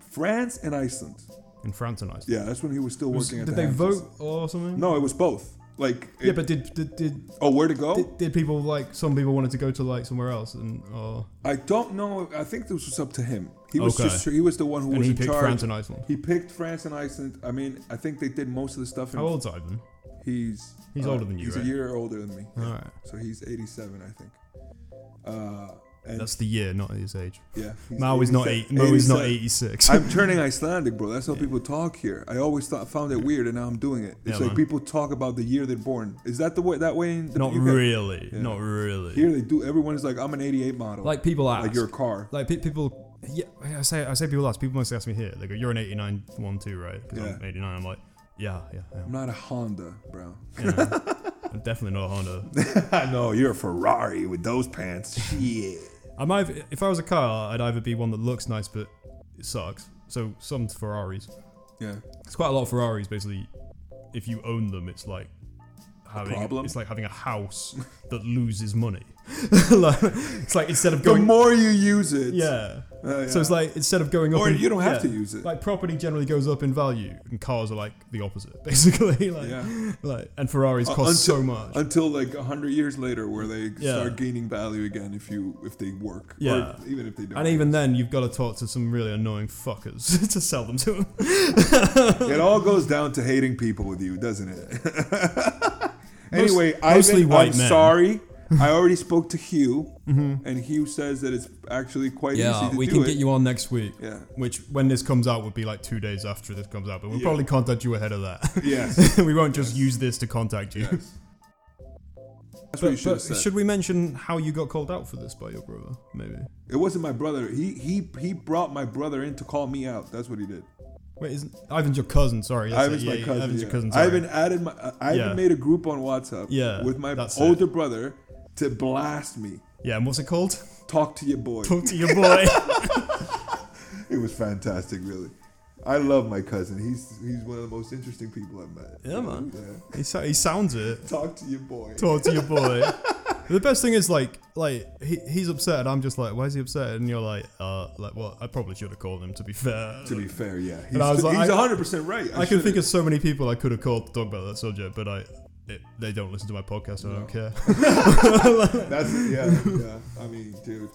France and Iceland.
In France and Iceland.
Yeah, that's when he was still
Was-
working.
did
at the
they
Hamptons.
vote or something?
No, it was both. Like,
Yeah,
it-
but did did, did
oh, where to go?
did did people like some people wanted to go to like somewhere else and oh, or
I don't know. I think this was up to him. He was
Okay.
just he was the one who
and
was
he
in
picked
charge.
France and Iceland.
he picked France and Iceland. I mean, I think they did most of the stuff. In,
How old's Ivan?
He's uh,
He's older than you,
He's
right?
a year older than me.
All right,
So he's eighty-seven, I think. Uh, and
that's the year, not his age.
yeah, he's
Mao is not
87
eight. Mo is not
87.
eighty six.
I'm turning Icelandic, bro. That's how people talk here. I always thought found it weird, and now I'm doing it.
Yeah,
It's like
man.
people talk about the year they're born. Is that the way that way in the
Not
UK?
really.
Yeah.
Not really.
Here they do. Everyone is like, I'm an '88 model,
like people ask.
like your car.
like pe- people. Yeah, I say I say people ask. People mostly ask me here. They go, "You're an 89 one too, right?" Because I'm
Yeah.
89. I'm like, yeah, yeah, I
I'm
am.
not a Honda, bro.
Yeah. I'm definitely not a Honda.
I know you're a Ferrari with those pants. Shit.
I might, if I was a car, I'd either be one that looks nice but it sucks. So some Ferraris.
Yeah.
It's quite a lot of Ferraris. Basically, if you own them, it's like having
problem?
it's like having a house that loses money. Like, it's like instead of
The
going,
more you use it,
yeah.
uh,
So it's
yeah.
like instead of going up,
Or
in-
you don't have
yeah.
to use it.
Like property generally goes up in value, and cars are like the opposite, basically. Like,
Yeah.
like and Ferraris
Uh,
cost so much.
until like a hundred years later, where they
Yeah.
start gaining value again if you if they work.
Yeah.
Or even if they don't.
and even then, you've got to talk to some really annoying fuckers to sell them to 'em.
it all goes down to hating people with you, doesn't it? anyway,
mostly
Ivan,
white
I'm
men. Mm-hmm.
sorry. I already spoke to Hugh. and he says that it's actually quite
Yeah,
easy to
we
do
can
it.
get you on next week.
Yeah.
Which, when this comes out, would be like two days after this comes out, but we'll
Yeah.
probably contact you ahead of that.
Yes.
we won't just use this to contact you.
yes.
But,
That's what you should
but
have said.
should we mention how you got called out for this by your brother? Maybe.
It wasn't my brother. He he he brought my brother in to call me out. That's what he did.
Wait, isn't Ivan's your cousin? Sorry, that's
Ivan's
it.
my
yeah,
cousin.
Ivan's your
yeah.
cousin. Sorry.
Ivan added my. Uh, Ivan
Yeah.
made a group on WhatsApp.
Yeah,
With my
that's
older brother to blast me.
Yeah, and what's it called?
Talk to your boy.
Talk to your boy.
It was fantastic, really. I love my cousin. He's he's one of the most interesting people I've met.
Yeah, man.
Yeah.
he, sa- he sounds it.
Talk to your boy.
Talk to your boy. the best thing is like, like he, he's upset, and I'm just like, why is he upset? And you're like, uh, like well, I probably should have called him. To be fair.
to be fair, yeah. He's,
I was like,
he's
I-
100% right.
I can think of so many people I could have called to talk about that subject, but I it, they don't listen to my podcast. So I don't care.
of. That's, yeah, yeah. I mean, dude.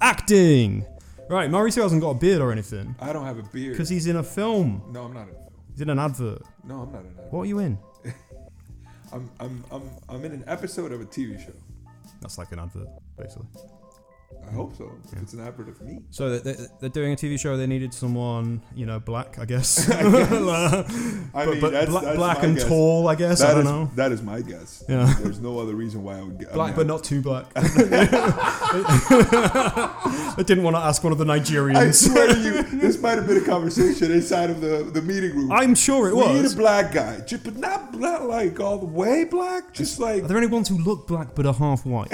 Acting. Right, Mauricio hasn't got a beard or anything
I don't have a beard.
because he's in a film.
No, I'm not in.
He's in an advert.
No, I'm not in. that.
What are you in?
I'm, I'm, I'm, I'm in an episode of a TV show.
That's like an advert, basically.
I hope so. If it's an advert of me.
So they- they- they're doing a TV show. They needed someone, you know, black, I guess.
I
but
mean,
but
that's-
bla-
that's
black
my
and
guess.
tall, I guess. I
That
don't
is,
know.
that is my guess.
Yeah.
There's no other reason why I would get.
Black, but not too black. I didn't want to ask one of the
I
Nigerians.
swear to you, this might have been a conversation inside of the, the meeting room.
I'm sure it
We need
was.
a black guy, ju- but not black like all the way black. Just like
Are there any ones who look black but are half white?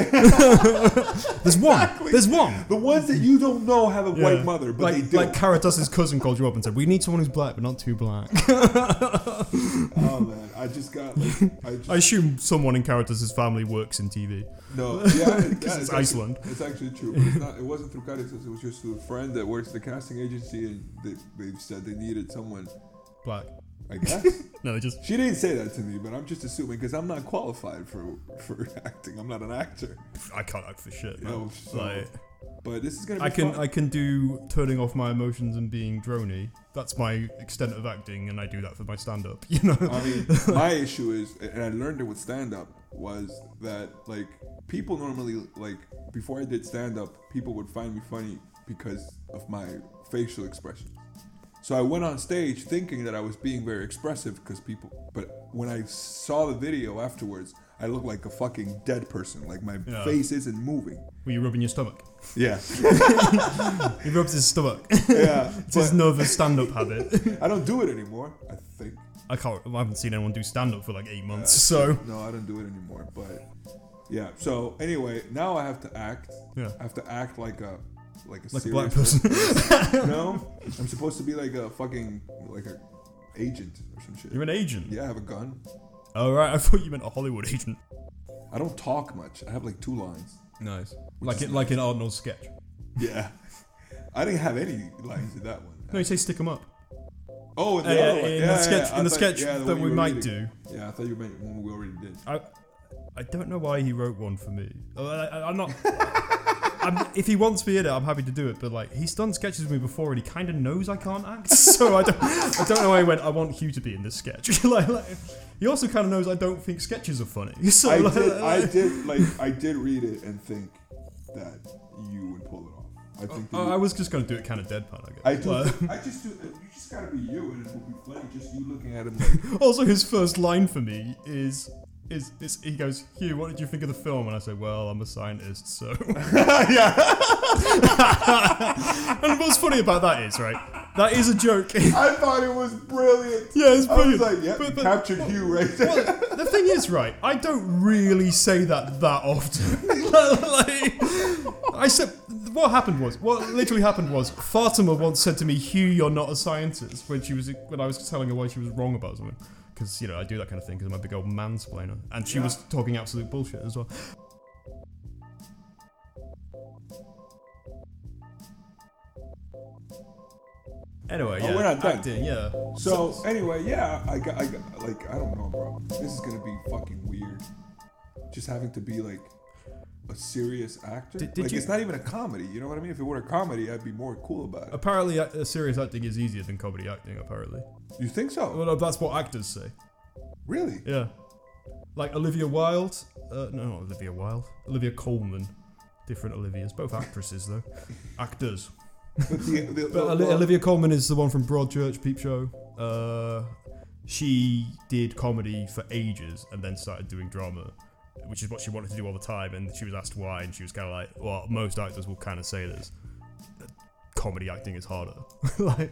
There's one. There's one.
the ones that you don't know have a
Yeah.
white mother, but
like,
they do.
Like Caritas's cousin called you up and said, "We need someone who's black but not too black."
oh man, I just got. Like, I just,
I assume someone in Caritas's family works in TV.
no, yeah, it- yeah,
it's
actually-
Iceland.
It's actually true. But it's not, it wasn't through Caritas. It was just through a friend that works at the casting agency, and they, they've said they needed someone.
Black.
I guess.
No, they just.
She didn't say that to me, but I'm just assuming because I'm not qualified for for acting. I'm not an actor.
I can't act for shit. Man.
No, Oh, so-
like,
But this is gonna. Be
I can
Fun.
I can do turning off my emotions and being drony. That's my extent of acting, and I do that for my stand up. You know.
I mean, my issue is, and I learned it with stand up, was that like people normally like before I did stand up, people would find me funny because of my facial expressions. So I went on stage thinking that I was being very expressive because people, but when I saw the video afterwards, I looked like a fucking dead person. Like my
Yeah.
face isn't moving.
Were you rubbing your stomach?
Yeah,
He rubs his stomach.
yeah.
it's
but
his nervous stand up habit.
I don't do it anymore. I think.
I can't. I haven't seen anyone do stand up for like eight months.
Uh,
So
No, I don't do it anymore. But yeah. So anyway, now I have to act.
Yeah.
I have to act like a like a
like a
serious
black person.
no, I'm supposed to be like a fucking like a agent or some shit.
You're an agent.
yeah, I have a gun.
All right. I thought you meant a Hollywood agent.
I don't talk much. I have like two lines.
Nice. Like it, like an Arnold sketch.
Yeah. I didn't have any lines in that one.
No, you say stick 'em up.
Oh, in the,
Yeah,
other
yeah,
one.
Uh, in
Yeah,
the sketch,
yeah, I
in the
thought-
sketch
yeah, the
that
one
we
you were
might
reading.
do.
Yeah, I thought you meant one we already did.
I, I don't know why he wrote one for me. Oh, I, I, I'm not. I'm, if he wants me in it, I'm happy to do it. But like, he's done sketches with me before, and he kind of knows I can't act. So I don't. I don't know why he went. I want Hugh to be in this sketch. like, like, he also kind of knows I don't think sketches are funny. So
I
like,
did, I did, like, I did read it and think that you would pull it off. I think. that
I-
you-
I was just gonna do it kind of deadpan, Uh, I guess.
I do.
Like-
I just do. You just gotta be you, and it will be funny. Just you looking at him. Like,
Also, his first line for me is. Is, is, he goes, Hugh, what did you think of the film? And I say, Well, I'm a scientist, so.
yeah,
and what's funny about that is, right? That is a joke. yeah,
I thought it was brilliant.
it's
I was
brilliant.
like, yeah,
But- but-
captured you right there.
Well, the thing is, right? I don't really say that that often. like, I said, what happened was, what literally happened was, Fatima once said to me, "Hugh, you're not a scientist," when she was when I was telling her why she was wrong about something. Because you know I do that kind of thing because I'm a big old mansplainer, and she
Yeah.
was talking absolute bullshit as well. Anyway,
Oh,
yeah,
we're not done.
acting, yeah.
So anyway, yeah, I got, I got, like, I don't know, bro. This is gonna be fucking weird. Just having to be like a serious actor.
Did- did
like,
you-
it's not even a comedy. You know what I mean? If it were a comedy, I'd be more cool about it.
Apparently, uh, serious acting is easier than comedy acting. Apparently,
You think so?
well, no, that's what actors say.
Really?
Yeah. Like Olivia Wilde. Uh, no, not Olivia Wilde. Olivia Coleman. Different Olivias. Both actresses, though. Actors.
But, the, the,
But Oli- Olivia Coleman is the one from Broadchurch Peep Show. Uh, she did comedy for ages and then started doing drama, which is what she wanted to do all the time. And she was asked why, and she was kind of like, "Well, most actors will kind of say this: that comedy acting is harder." like,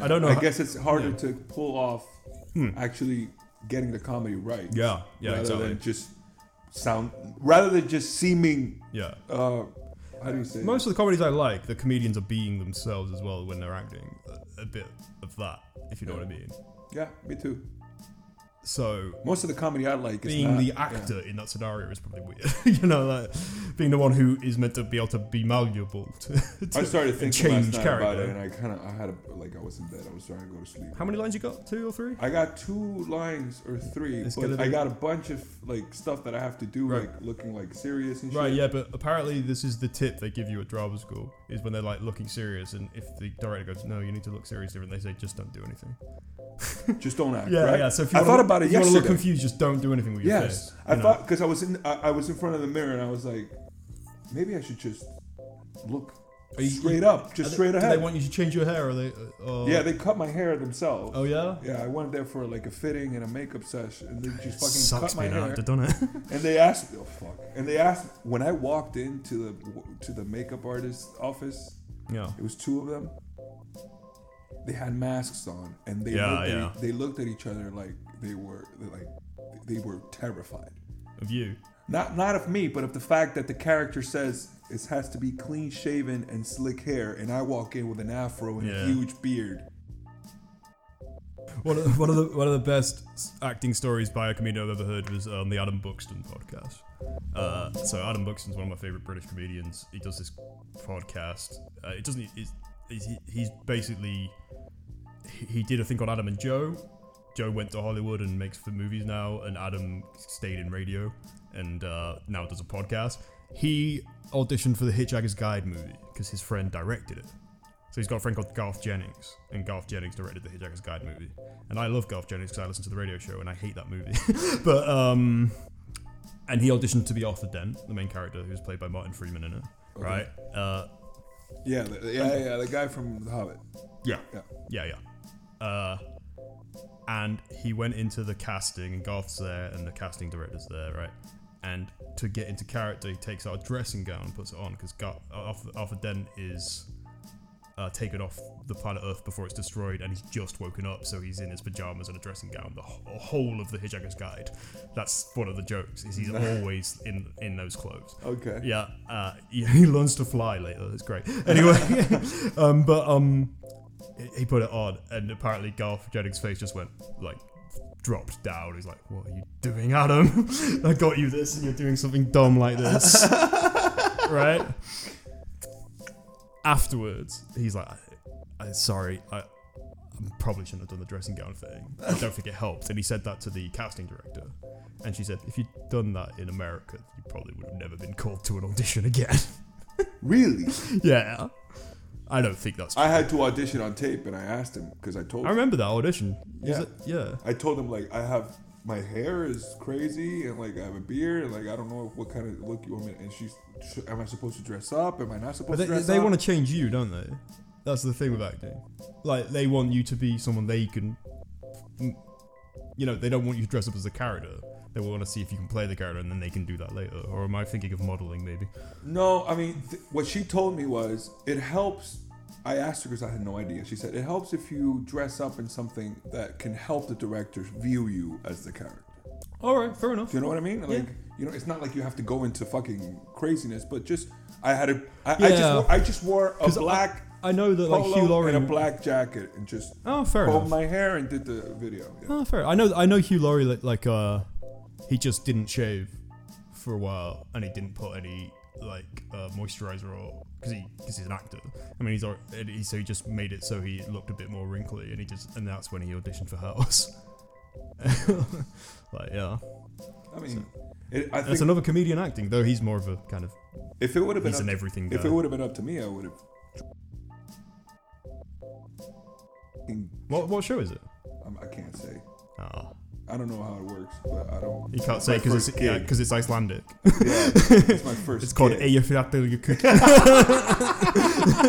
I don't know.
I guess it's harder
yeah.
to pull off
Hmm.
actually getting the comedy right.
yeah, yeah,
rather
exactly.
than just sound, rather than just seeming.
yeah.
Uh, how do you say?
Most of the comedies I like, the comedians are being themselves as well when they're acting. A, a bit of that, if you know
Yeah.
what I mean.
yeah, me too.
So
Most of the comedy I like is
being
not-
the
yeah.
actor in that scenario is probably weird. you know, like being the one who is meant to be able to be malleable. To, to-
I started
and
thinking last
change
night about
character.
it, and I kind of I had a, like I was in bed. I was trying to go to sleep.
How many lines you got? Two or three?
I got two lines or three,
Let's get
but
it
I
in.
got a bunch of like stuff that I have to do,
Right.
like looking like serious and shit.
Right, yeah, but apparently this is the tip they give you at drama school is when they're like looking serious, and if the director goes, "No, you need to look serious," different, they say, "Just don't do anything."
Just don't act.
Yeah,
right?
yeah. So if you
I
wanna
thought
look-
about it
if you wanna look
yesterday.
confused, just don't do anything with your
Yes,
face.
I
you know?
thought because I was in I, I was in front of the mirror and I was like, maybe I should just look
Are you-
straight up,
Are
just
they-
straight
do
ahead.
they want you to change your hair? Or they? uh, Or,
yeah, they cut my hair themselves.
oh yeah.
Yeah, I went there for like a fitting and a makeup session, and they just fucking
Sucks
cut my
being an
hair.
actor, doesn't it?
And they asked, oh fuck. And they asked when I walked into the to the makeup artist's office.
yeah.
It was two of them. They had masks on, and they
Yeah,
looked
yeah.
At, e, they looked at each other like they were like they were terrified.
Of you.
Not not of me, but of the fact that the character says it has to be clean shaven and slick hair, and I walk in with an afro and a
Yeah.
huge beard.
One of, one of the one of the best s- acting stories by a comedian I've ever heard was on the Adam Buxton podcast. Uh, so Adam Buxton's one of my favorite British comedians. He does this podcast. Uh, it doesn't. It's, it's, he- he's basically he- he did a thing called Adam and Joe. Joe went to Hollywood and makes for movies now, and Adam stayed in radio and uh, now does a podcast. He auditioned for the Hitchhiker's Guide movie because his friend directed it. So he's got a friend called Garth Jennings, and Garth Jennings directed the Hitchhiker's Guide movie. And I love Garth Jennings because I listen to the radio show and I hate that movie. but um, and he auditioned to be Arthur Dent, the main character who's played by Martin Freeman in it, right? Uh,
Yeah, the- yeah, yeah. The guy from The Hobbit.
yeah,
Yeah.
yeah, yeah. Uh, and he went into the casting, and Garth's there, and the casting director's there, right? And to get into character, he takes out a dressing gown and puts it on because Arthur, Arthur Dent is uh, taken off the planet Earth before it's destroyed, and he's just woken up, so he's in his pajamas and a dressing gown the wh- whole of the Hitchhiker's Guide. That's one of the jokes is he's always in in those clothes.
Okay.
Yeah, uh, he, he learns to fly later. It's great. Anyway, um, but um, he- he put it on, and apparently Garth Jennings' face just went like dropped down. He's like, "What are you doing, Adam? I got you this, and you're doing something dumb like this, right?" Afterwards, he's like, I, I, "Sorry, I." I Probably shouldn't have done the dressing gown thing. I don't think it helped. And he said that to the casting director. And she said, if you'd done that in America, you probably would have never been called to an audition again.
Really?
yeah. I don't think that's true.
I
I,
had to audition on tape, and I asked him because I told him.
remember that audition. Is
Yeah.
it- yeah.
I told him like I have my hair is crazy and like I have a beard and like I don't know what kind of look you want me. To, and she's, sh- am I supposed to dress up? Am I not supposed
But they,
to dress
they
up?
want to change you, don't they? That's the thing with acting. Like, they want you to be someone they can. You know, they don't want you to dress up as a character. They want to see if you can play the character and then they can do that later. Or am I thinking of modeling, maybe?
No, I mean, th- what she told me was it helps. I asked her because I had no idea. She said it helps if you dress up in something that can help the directors view you as the character.
Alright, fair enough.
Do you know what I mean? Like, you know, it's not like you have to go into fucking craziness, but just I had a. I, I just
Yeah.
wore, I just wore a
'Cause I-
black
I know that, like,
polo
Hugh Laurie.
and a black jacket and just
oh, fair enough.
combed my hair and did the video. Yeah.
Oh, fair. I know. I know Hugh Laurie. Like, like, uh, he just didn't shave for a while, and he didn't put any like uh, moisturizer or because he because he's an actor. I mean, he's al- and he, so he just made it so he looked a bit more wrinkly, and he just and that's when he auditioned for House. like, yeah,
I mean, it, I
that's
think
another comedian acting, though he's more of a kind of
if it would have been
he's
up
an
to-
everything guy.
if it would have been up to me, I would have.
what what show is it?
Um, I can't say.
Ah,
I I don't know how it works, but I don't.
You can't say
my
because it's
first
yeah,
gig.
'cause it's Icelandic.
Yeah, it's my first.
It's called
gig.
Eyjafjallajökull.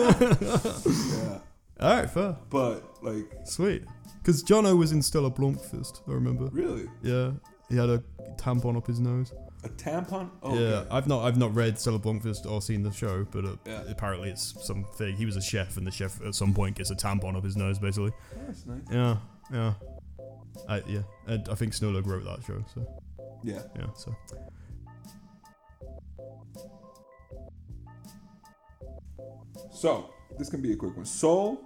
Yeah.
All right, fair,
But like,
sweet. Because Jono was in Stella Blomqvist, I remember.
really,
Yeah, he had a tampon up his nose.
a tampon? Oh,
yeah, I've not I've not read Stella Blomqvist or seen the show, but uh,
Yeah.
apparently it's something. He was a chef, and the chef at some point gets a tampon up his nose, basically.
Yeah, that's nice.
Yeah, yeah, I, yeah. And I think Snowlog wrote that show, so
Yeah.
yeah, so
So this can be a quick one. Soul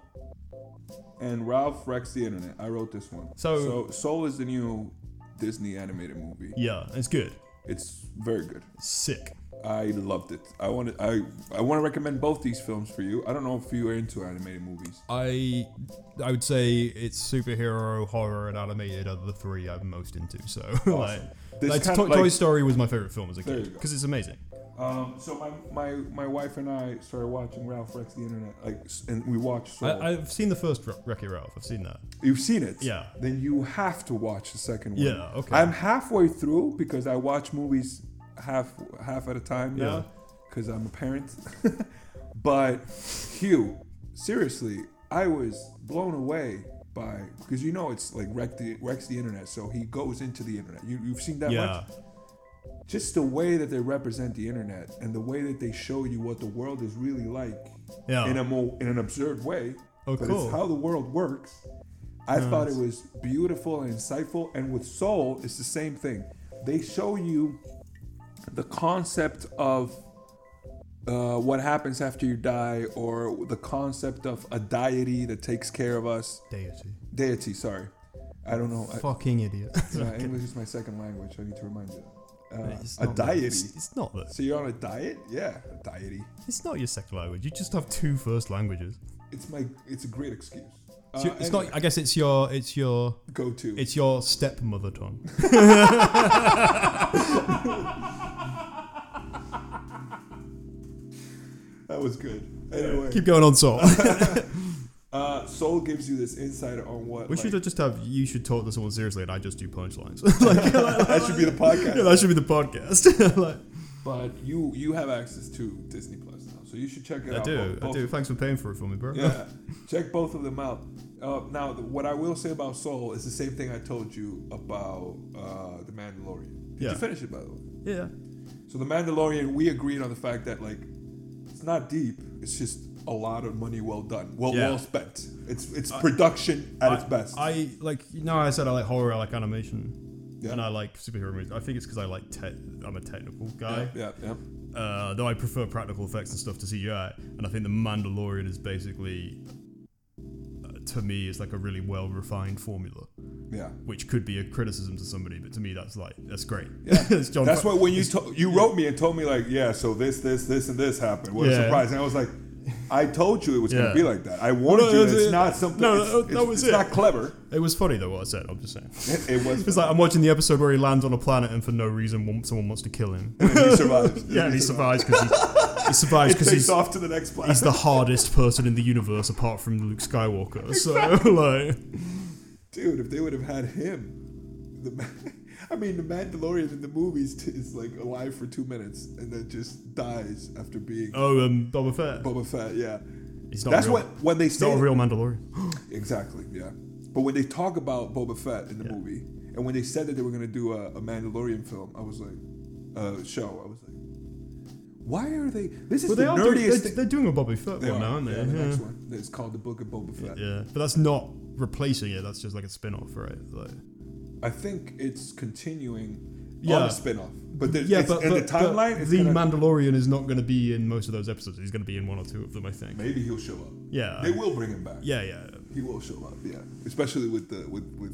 and Ralph Rex the Internet. I wrote this one.
So-
Soul is the new Disney animated movie.
yeah, it's good,
It's very good.
it's sick.
I loved it. I want to. I I want to recommend both these films for you. I don't know if you are into animated movies.
I I would say it's superhero, horror, and animated are the three I'm most into. So like,
This
like,
kind
Toy,
of like-
Toy Story was my favorite film as a
There you
kid
go.
because it's amazing.
Um, so my, my my wife and I started watching Ralph Rex the Internet, like, s- and we watched Soul.
I, I've seen the first Wre- Wreck-It Ralph. I've seen that.
You've seen it,
Yeah.
Then you have to watch the second one.
Yeah, okay.
I'm halfway through because I watch movies half half at a time now because I'm a parent. but Hugh, seriously, I was blown away by because you know it's like Rex the, Rex the Internet, so he goes into the internet. You, you've seen that much.
yeah,
just the way that they represent the internet and the way that they show you what the world is really like
Yeah.
in a more in an observed way
Oh,
but
cool.
it's how the world works i thought it was beautiful and insightful and with soul it's the same thing they show you the concept of uh, what happens after you die or the concept of a deity that takes care of us
deity.
deity sorry i don't know I-
Fucking idiot.
yeah, english is my second language i need to remind you uh,
It's
a
not that-
deity
It's, it's not that.
so you're on a diet? Yeah, a diety.
It's not your second language. You just have two first languages.
It's my. It's a great excuse. Uh,
It's, your- it's
anyway,
not. I guess it's your. It's your.
go to.
It's your stepmother tongue.
that was good. Anyway,
Keep going on, Saul.
uh, Soul gives you this insight on what
we
like,
should just have. You should talk to someone seriously, and I just do punchlines.
that should be the podcast.
yeah, that should be the podcast. like,
But you you have access to Disney Plus now, so you should check it
I
out.
do.
Both-
I
both-
do. Thanks for paying for it for me, bro.
Yeah, check both of them out. Uh, now, the, what I will say about Soul is the same thing I told you about uh, the Mandalorian. Did
Yeah.
you finish it by the way?
yeah.
So the Mandalorian, we agreed on the fact that like it's not deep. It's just a lot of money well done, well
Yeah.
well spent. It's it's production at its best.
I like you know I said I like horror, I like animation,
Yeah.
and I like superhero movies. I think it's because I like tech. I'm a technical guy,
yeah, yeah.
uh, though I prefer practical effects and stuff to CGI. And I think the Mandalorian is basically, uh, to me, is like a really well refined formula,
Yeah.
which could be a criticism to somebody, but to me that's like that's great.
Yeah.
it's John
That's
Fa-
what when you to- you wrote me and told me like, yeah, so this this this and this happened. What
Yeah.
a surprise! And I was like, I told you it was
Yeah.
gonna be like that. I warned
No,
you.
that
That
was
it's
it.
not something.
No,
it's,
that-
it's-
that was
it's
it.
not clever.
It was funny though what I said. I'm just saying.
It, it was.
It's like I'm watching the episode where he lands on a planet and for no reason one- someone wants to kill him.
and he survives.
Yeah, and he survives because he, he survives
It
'cause
takes
he's
off to the next planet.
he's the hardest person in the universe apart from Luke Skywalker. So like,
Dude, if they would have had him, the Ma- I mean, the Mandalorian in the movies t- is like alive for two minutes and then just dies after being
oh, um, Boba Fett.
Boba Fett. Yeah,
He's not
that's
real.
what when they
He's not
say
a real Mandalorian.
exactly. Yeah, but when they talk about Boba Fett in the movie, and when they said that they were gonna do a, a Mandalorian film, I was like, uh, show. I was like, why are they? This is
Well,
the
they are doing, they're,
nerdiest. thing.
they're doing a Boba Fett one now, aren't
yeah,
they?
the
Yeah.
next one. It's called the Book of Boba Fett.
Yeah. but that's not replacing it. That's just like a spin-off, right? Like,
I think it's continuing on
Yeah.
a spin-off. But the,
yeah,
it's,
but,
in
but,
the timeline,
but
it's
the
gonna-
Mandalorian is not going to be in most of those episodes. He's going to be in one or two of them, I think.
maybe he'll show up.
Yeah,
They will bring him back.
yeah, yeah,
He will show up. Yeah, especially with the with with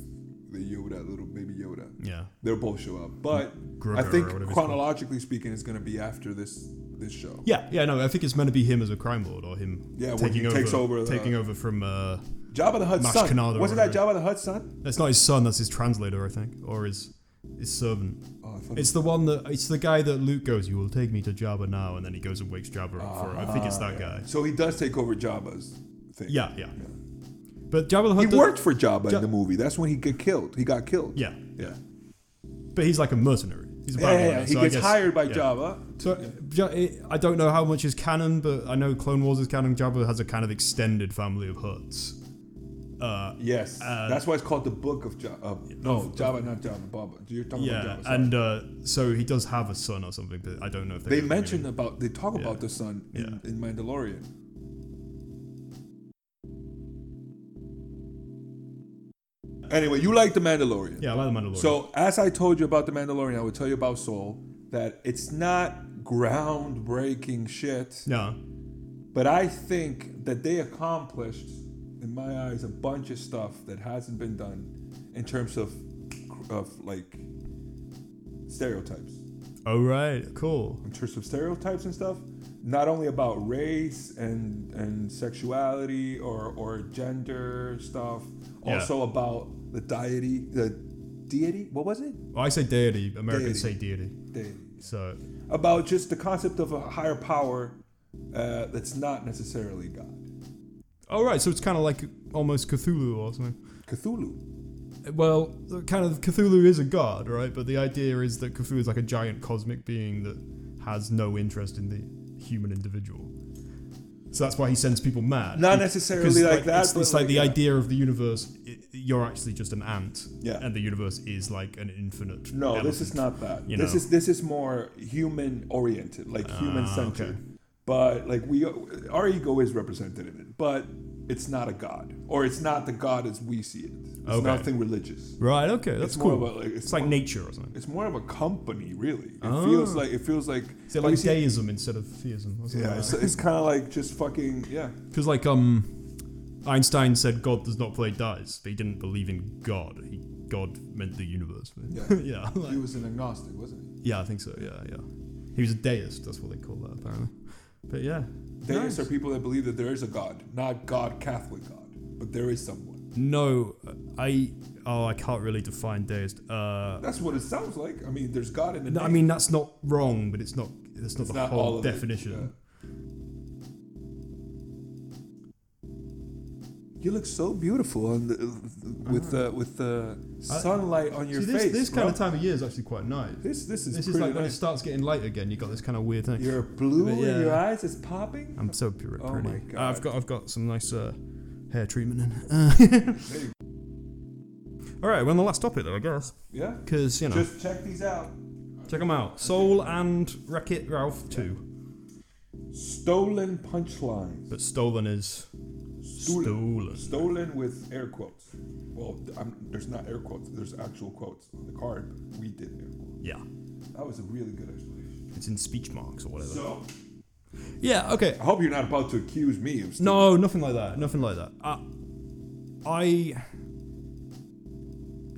the Yoda, little baby Yoda.
yeah.
They'll both show up. But
Grogu
I
or
think
whatever it's called.
chronologically speaking, it's going to be after this this show.
Yeah, yeah, no, I think it's meant to be him as a crime lord or him
Yeah, when
taking
he
over,
takes over the-
taking over from. Uh,
Jabba the Hutt's
Mash
son.
Kanata
Wasn't
or
that Jabba the Hutt's son?
that's not his son. That's his translator, I think, or his his servant.
Oh, I thought
It's the one that it's the guy that Luke goes. You will take me to Jabba now, and then he goes and
Ah.
wakes Jabba up for. it. I think it's that guy.
so he does take over Jabba's thing.
Yeah, yeah. But Jabba the Hutt
He
does-
worked for Jabba
Ja-
in the movie. That's when he got killed. He got killed.
Yeah,
Yeah.
but he's like a mercenary. He's a
Yeah,
bad
yeah,
guy,
yeah. He
so I
gets
guess-
hired by
yeah.
Jabba.
So Ja- it- I don't know how much is canon, but I know Clone Wars is canon. Jabba has a kind of extended family of Huts.
Oh,
Uh,
Yes.
Uh,
That's why it's called the Book of Jabba. Uh, no,
of-
Jabba, not Jabba. Baba. You're talking
yeah,
about Jabba. sorry.
and uh, so he does have a son or something, but I don't know if they,
they
ever
mentioned
really-
about they talk about
Yeah.
the sun in,
Yeah.
in Mandalorian. Anyway, you like the Mandalorian.
Yeah, I like the Mandalorian.
So as I told you about the Mandalorian, I would tell you about Soul that it's not groundbreaking shit,
yeah,
but I think that they accomplished, in my eyes, a bunch of stuff that hasn't been done in terms of of like stereotypes.
all right, cool.
in terms of stereotypes and stuff, not only about race and and sexuality or or gender stuff,
Yeah.
also about the deity, the deity. What was it?
Well, I say deity. Americans
Deity.
say deity.
Deity.
So
About just the concept of a higher power uh, that's not necessarily God.
all Oh, right, so it's kind of like almost Cthulhu or something.
Cthulhu.
Well, kind of Cthulhu is a god, right? But the idea is that Cthulhu is like a giant cosmic being that has no interest in the human individual. So that's why he sends people mad.
Not
Be-
necessarily
because,
like that,
It's,
but
it's like,
like
the
that.
idea of the universe. i you're actually just an ant,
Yeah.
and the universe is like an infinite.
No, this
elephant.
is not that.
you know.
this
Uh,
is this is more human oriented, like human centered.
okay.
But like we, our ego is represented in it, but it's not a god, or it's not the god as we see it. It's
Okay.
nothing religious.
right. Okay, that's
it's more
cool.
of a, like, it's,
it's like nature or something.
it's more of a company, really. It
Ah.
feels like it feels like
Is it
Oh, you
like
see-
deism instead of theism? Or something
yeah,
like
it's,
that?
it's kind of like just fucking yeah.
Because like um, Einstein said God does not play dice, but he didn't believe in God. He God meant the universe.
Yeah.
yeah, like-
He was an agnostic, wasn't
yeah, I think so. Yeah, yeah. He was a deist. That's what they call that apparently. But yeah,
he? Deists
Nice.
are people that believe that there is a god, not God Catholic God, but there is someone.
no, I oh I can't really define deist. Uh,
That's what it sounds like. I mean, there's God in the.
no, I
name.
mean that's not wrong, but it's not that's not
It's
the
not all
whole
of it,
definition.
You look so beautiful on the, with the with the
Uh-huh. I-
sunlight on your
See, this,
face.
this kind
bro.
of time of year is actually quite nice.
This this is
This is
pretty
like when it
nice.
starts getting light again. You got this kind of weird thing.
You're blue
But
in
yeah.
your eyes. It's popping.
I'm so pure.
Oh
pretty.
my
Uh, I've
God.
got I've got some nice uh, hair treatment in. Uh,
Hey,
all right, we're on the last topic though, I guess,
yeah.
because you know,
Just check these out.
check them out. Soul and Wreck It Ralph two,
Stolen punchlines.
but stolen is stolen.
Stolen with air quotes. Well, I'm, there's not air quotes. There's actual quotes on the card. but We did air quotes.
Yeah,
That was a really good explanation.
it's in speech marks or whatever.
So
yeah. Okay.
I hope you're not about to accuse me of. stealing.
No, nothing like that. Nothing like that. Uh, I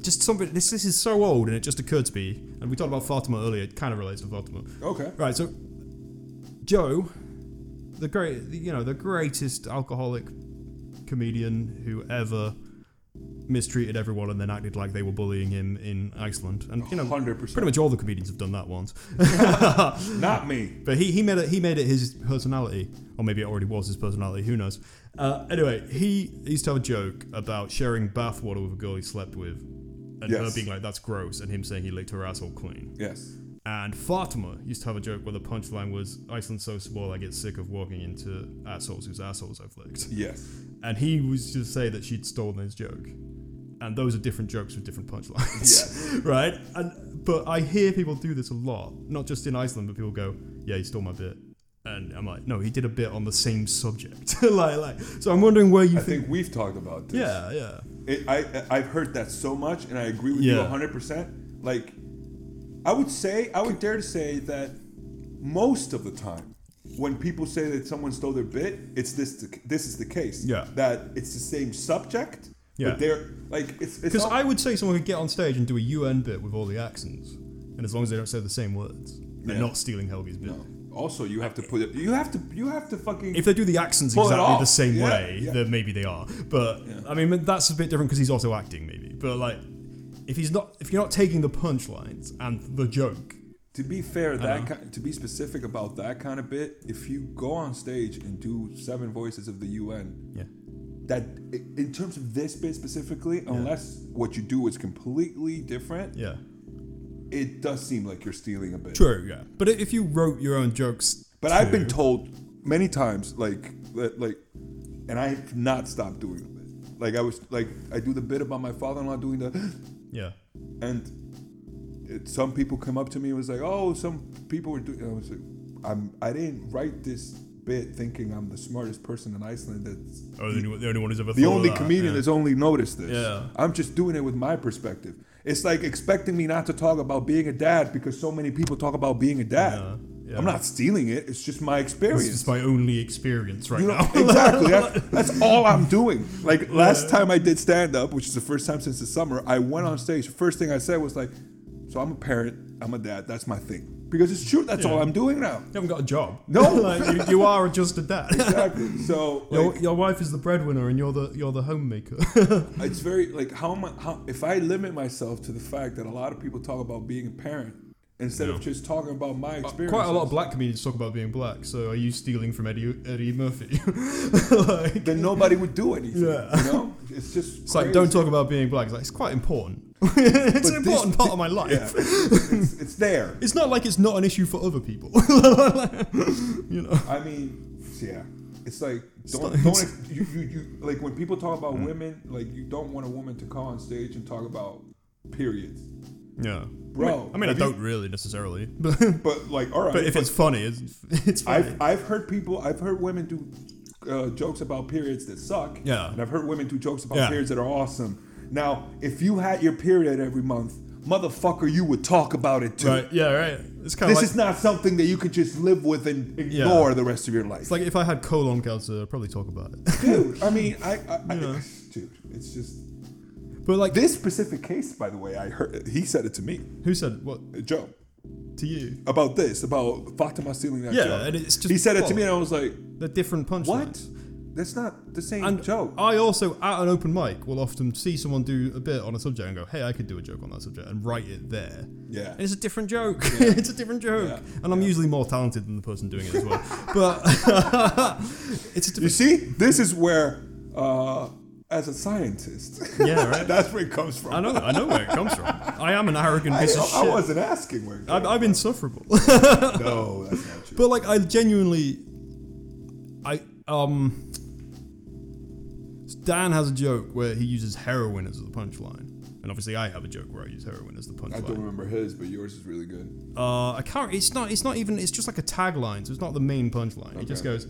just something. This this is so old, and it just occurred to me. And we talked about Fatima earlier. It kind of relates to Fatima.
Okay.
Right, so Joe, the great, you know, the greatest alcoholic comedian who ever mistreated everyone and then acted like they were bullying him in Iceland, and you know,
Hundred
pretty
percent.
much all the comedians have done that once.
Not me.
But he, he made it he made it his personality, or maybe it already was his personality. Who knows? Uh, anyway, he used to have a joke about sharing bathwater with a girl he slept with, and her
Yes.
being like, "That's gross," and him saying he licked her asshole clean.
Yes.
And Fatima used to have a joke where the punchline was Iceland's so small I get sick of walking into assholes whose assholes I've licked.
Yes.
And he was to say that she'd stolen his joke. And those are different jokes with different punchlines. Yeah. right? And but I hear people do this a lot. Not just in Iceland, but people go, Yeah, he stole my bit. And I'm like, no, he did a bit on the same subject. like, like, so I'm wondering where you
I
think,
think we've talked about this.
Yeah, yeah.
It, I I've heard that so much, and I agree with you
Yeah.
hundred percent. Like, I would say, I would dare to say that most of the time, when people say that someone stole their bit, it's this. This is the case.
Yeah.
That it's the same subject.
Yeah.
But they're like it's it's
Because
all-
I would say someone could get on stage and do a UN bit with all the accents, and as long as they don't say the same words, they're
Yeah.
not stealing Helgi's bit.
No. Also, you have to put it. You have to. You have to fucking.
If they do the accents
Pull it
exactly the
off.
same
Yeah,
way,
yeah.
then maybe they are. But I mean, that's a bit different because he's also acting, maybe. But like, if he's not, if you're not taking the punchlines and the joke,
To be fair, that ki- to be specific about that kind of bit, if you go on stage and do seven voices of the UN,
yeah,
that i- in terms of this bit specifically, unless what you do is completely different,
Yeah.
it does seem like you're stealing a bit.
True, yeah. But i- if you wrote your own jokes.
But I've been
too-
told many times, like, that- like, and I've not stopped doing the bit. Like I was, like, I do the bit about my father-in-law doing the,
Yeah.
and it, some people come up to me and was like, "Oh, some people were doing." I was like, "I'm, I didn't write this bit thinking I'm the smartest person in Iceland. That's
Oh, the, the only one who's ever
the
thought of
only
that,
comedian
yeah.
that's only noticed this.
Yeah.
I'm just doing it with my perspective. It's like expecting me not to talk about being a dad because so many people talk about being a dad.
Yeah, yeah.
I'm not stealing it. It's just my experience.
This is my only experience right
You know,
now.
exactly. That, that's all I'm doing. Like last time I did stand up, which is the first time since the summer, I went on stage. The first thing I said was like, "So I'm a parent. I'm a dad. That's my thing." Because it's true. That's
Yeah.
all I'm doing now.
You haven't got a job.
No.
like, you, you are just a dad.
Exactly. So
Your,
like,
your wife is the breadwinner, and you're the you're the homemaker.
it's very like how am I? How, if I limit myself to the fact that a lot of people talk about being a parent instead
Yeah. Uh,
of just talking about my experience,
Quite a lot of black comedians talk about being black. So are you stealing from Eddie Eddie Murphy? like,
then nobody would do anything.
Yeah.
You know, it's just
it's like
crazy.
don't talk about being black. It's, like, it's quite important. it's an
this-
important part of my life.
Yeah, it's, it's, it's there.
It's not like it's not an issue for other people. you know.
I mean, yeah. It's like don't
not-
don't ex- you, you, you like when people talk about women, like you don't want a woman to come on stage and talk about periods,
Yeah.
bro.
I mean, I
have you-
don't really necessarily, but,
But like, all right.
but if it's funny, it's it's funny.
I've I've heard people, I've heard women do uh, jokes about periods that suck.
Yeah.
And I've heard women do jokes about
Yeah.
periods that are awesome. Now, if you had your period every month, motherfucker, you would talk about it too.
right? Yeah, right. It's kind of
This
like
is not something that you could just live with and
Yeah.
ignore the rest of your life.
it's like if I had colon cancer, I'd probably talk about it.
dude. I mean, I, I, I
Yeah.
dude, it's just
but like,
this specific case. By the way, I heard he said it to me,
who said what
Joe,
to you?
about this about Fatima stealing that
Yeah,
joke.
and it's just
he said it to
quality.
me, and I was like,
The different punch.
"What? That's not the same
And
joke."
I also, at an open mic, will often see someone do a bit on a subject and go, "Hey, I could do a joke on that subject," and write it there.
Yeah.
and it's a different joke. it's a different joke,
Yeah.
and I'm usually more talented than the person doing it as well. but it's a
you
different.
see, this is where, uh, as a scientist,
Yeah, right.
that's where it comes from.
I know. I know where it comes from. I am an arrogant
I,
piece of
I
shit.
wasn't asking where. It
I'm,
came
I'm insufferable.
from. no, that's not true.
but like, I genuinely, I um, Dan has a joke where he uses heroin as the punchline, and obviously I have a joke where I use heroin as the
I don't
punchline.
remember his, but yours is really good.
uh, I can't. It's not. It's not even. It's just like a tagline. So it's not the main punchline. It just
Okay.
goes.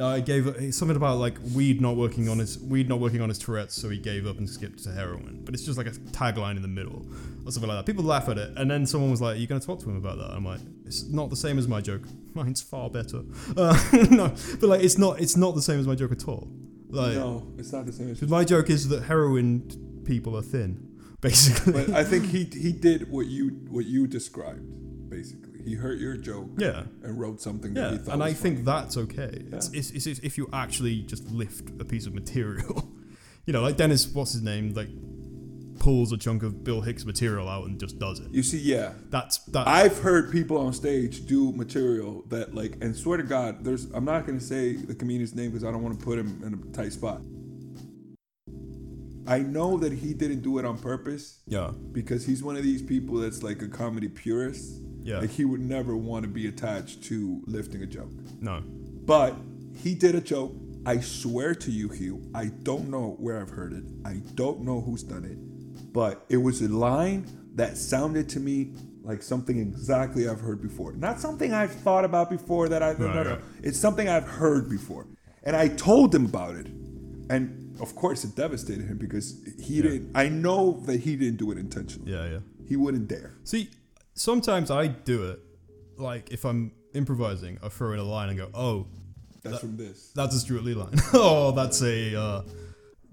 I gave it's something about like weed not working on his weed not working on his Tourette's, so he gave up and skipped to heroin. But it's just like a tagline in the middle or something like that. People laugh at it, and then someone was like, "You're going to talk to him about that?" I'm like, "It's not the same as my joke. Mine's far better." Uh, no, but like it's not. It's not the same as my joke at all. Like,
No, it's not the same. as
'cause my joke is that heroin people are thin, basically.
But I think he he did what you what you described basically. He heard your joke
yeah.
and wrote something that
Yeah,
he thought.
and I
was
think that's okay. It's, it's, it's, it's if you actually just lift a piece of material, you know, like Dennis, what's his name, like pulls a chunk of Bill Hicks material out and just does it.
You see, yeah,
That's that.
I've heard people on stage do material that like, and swear to God, there's. I'm not gonna say the comedian's name because I don't want to put him in a tight spot. I know that he didn't do it on purpose
yeah,
because he's one of these people that's like a comedy purist.
Yeah.
Like he would never want to be attached to lifting a joke.
no,
But he did a joke. I swear to you, Hugh, I don't know where I've heard it. I don't know who's done it. But it was a line that sounded to me like something exactly I've heard before. Not something I've thought about before that I've. no,
Right,
no.
right.
It's something I've heard before. And I told him about it. And of course, it devastated him because he didn't. I know that he didn't do it intentionally.
yeah, yeah.
He wouldn't dare.
See, sometimes I do it. Like if I'm improvising, I throw in a line and go, "Oh,
That's from this.
that's a Stuart Lee line. oh, that's a uh,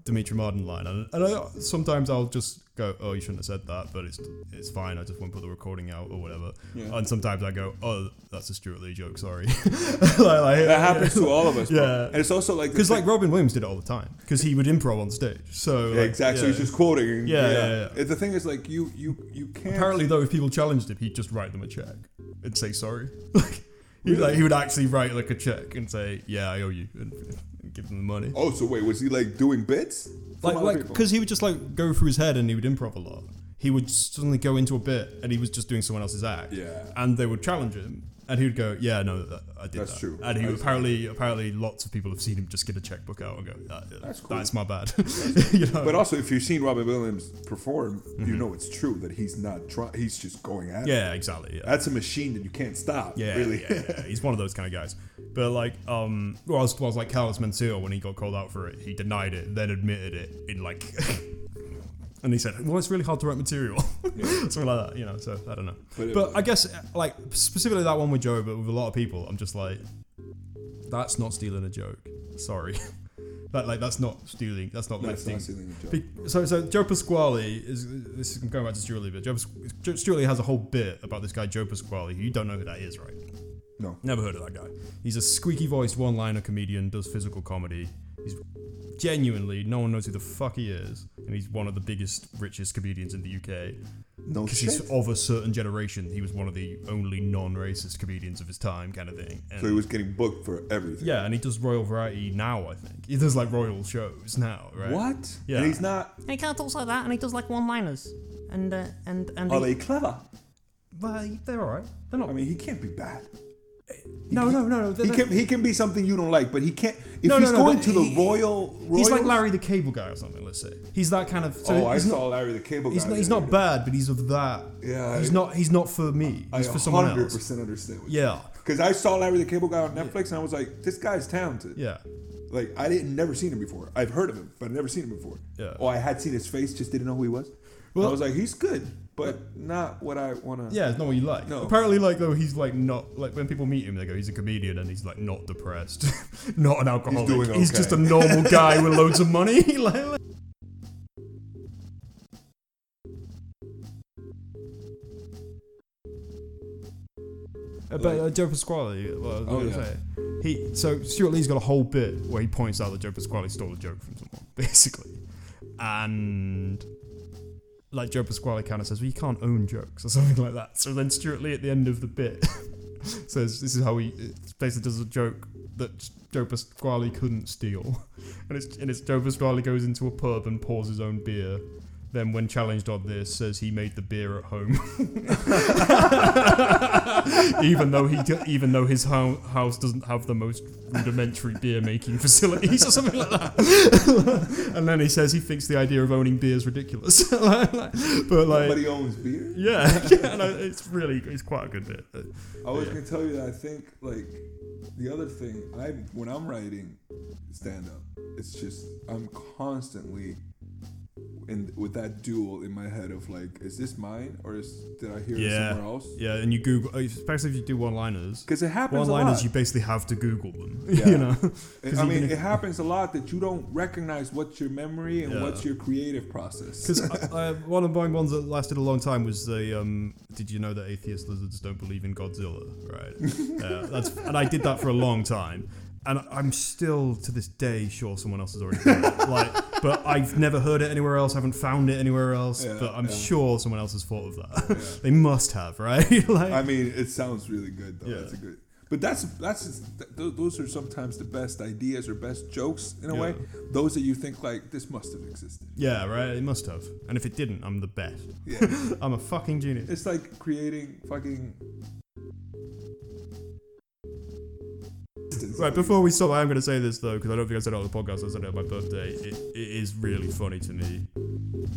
Dimitri Martin line. And, and I, sometimes I'll just go, oh, you shouldn't have said that, but it's it's fine. I just won't put the recording out or whatever.
Yeah.
And sometimes I go, oh, that's a Stuart Lee joke. Sorry. like, like,
That happens to all of us. bro.
Yeah.
And it's also like. the
Because
thing-
like Robin Williams did it all the time because he would improv on stage. So like,
Yeah, exactly.
yeah.
He's just quoting. and-
Yeah, yeah, yeah.
It- The thing is, like, you, you, you can't.
Apparently, though, if people challenged him, he'd just write them a check and say sorry. Like, he, like he would actually write like a check and say, "Yeah, I owe you," and, give them the money.
Oh, so wait, was he like doing bits? from
Like,
other
like,
people?
because he would just like go through his head and he would improv a lot. He would suddenly go into a bit and he was just doing someone else's act.
Yeah.
And they would challenge him and he would go, "Yeah, no, that, I did
That's
that."
true.
And he
I
would
saw
apparently, apparently, lots of people have seen him just get a checkbook out and go, that,
That's
"That's
cool.
That's my bad." you know.
But also, if you've seen Robin Williams perform, you know it's true that he's not trying. He's just going at it.
Mm-hmm. yeah, exactly. Yeah.
That's a machine that you can't stop.
Yeah,
really.
yeah, yeah. he's one of those kind of guys. But like, um, whilst whilst like Carlos Mencia, when he got called out for it, he denied it, then admitted it in like, and he said, "Well, it's really hard to write material," something like that, you know. So I don't know.
But
But,
it-
I guess like specifically that one with Joe, but with a lot of people, I'm just like, that's not stealing a joke. Sorry, that like that's not stealing. That's not
That's
lifting.
not stealing a joke.
Be- So, so Joe Pasquale is. This is I'm going back to Stuart Lee, but Joe, Pas- Joe Stuart Lee has a whole bit about this guy Joe Pasquale. Who you don't know who that is, right?
No.
Never heard of that guy. He's a squeaky-voiced one-liner comedian, does physical comedy. He's genuinely no one knows who the fuck he is, and he's one of the biggest, richest comedians in the UK
No
because
shit.
he's
So
of a certain generation. He was one of the only non-racist comedians of his time, kind of thing. And
he was getting booked for everything.
yeah, and he does royal variety now. I think he does like royal shows now, right?
What?
Yeah.
And he's not.
And he kind of talks like that, and he does like one-liners, and uh, and and.
Are
he-
they clever?
Well, they're all right. They're not.
I mean, he can't be bad.
no, no, no, no. they're-
He
they're-
can, he can be something you don't like, but he can't. If
No, no,
he's
no,
going
but
to the
he-
royal,
he's like
Royals-
Larry the Cable Guy or something. Let's say he's that kind of. So
oh, I
he's
saw
not,
Larry the Cable Guy.
He's not, he's
the
not
other
bad, but he's of that.
Yeah,
He's
I-
not. He's not for me.
day.
He's
I
for someone
100%
else.
understand. What
Yeah,
Because I saw Larry the Cable Guy on Netflix, and I was like, this guy's talented.
yeah.
Like I didn't never seen him before. I've heard of him, but I've never seen him before.
Yeah.
Or I had seen his face, just didn't know who he was. Well,
Well-
I was like, he's good, but not what I wanna.
Yeah, it's not what you like.
No.
Apparently, like though, he's like not like when people meet him, they go, he's a comedian and he's like not depressed, not an alcoholic. He's,
doing okay.
just a normal guy with loads of money. like, But uh, Joe Pasquale, what I was
Oh,
gonna
yeah.
say. He so Stuart Lee's got a whole bit where he points out that Joe Pasquale stole a joke from someone, basically, and like Joe Pasquale kind of says, "Well, you can't own jokes" or something like that. So then Stuart Lee at the end of the bit says, "This is how he it's basically does a joke that Joe Pasquale couldn't steal," and it's and it's Joe Pasquale goes into a pub and pours his own beer. Then, when challenged on this, says he made the beer at home. even though he even though his hou- house doesn't have the most rudimentary beer making facilities or something like that. and then he says he thinks the idea of owning beer is ridiculous. Like- like- but like,
Nobody owns beer.
yeah, yeah, no, it's really it's quite a good bit.
I was
Yeah.
gonna tell you that I think like the other thing I when I'm writing stand up, it's just I'm constantly in with that duel in my head of like, is this mine or is did I hear it
Yeah,
somewhere else?
yeah, and you Google, especially if you do one-liners.
Because it happens a lot.
One-liners, you basically have to Google them.
Yeah.
You know, 'Cause
I
even
mean,
if-
it happens a lot that you don't recognize what's your memory and
Yeah.
what's your creative process.
Because uh, one of my ones that lasted a long time was the um, "Did you know that atheist lizards don't believe in Godzilla?" Right. Uh, that's and I did that for a long time, and I'm still to this day sure someone else has already done it. Like, but I've never heard it anywhere else. I haven't found it anywhere else.
Yeah,
but I'm
yeah.
sure someone else has thought of that. they must have, right? like,
I mean, it sounds really good though.
Yeah.
That's a good. But that's that's just- th- th- those are sometimes the best ideas or best jokes in a way. Those that you think like this must have existed.
yeah, right. It must have. And if it didn't, I'm the best.
Yeah,
I'm a fucking genius.
it's like creating fucking.
Right, before we stop, I am going to say this though, because I don't think I said it on the podcast, I said it on my birthday. It, it is really funny to me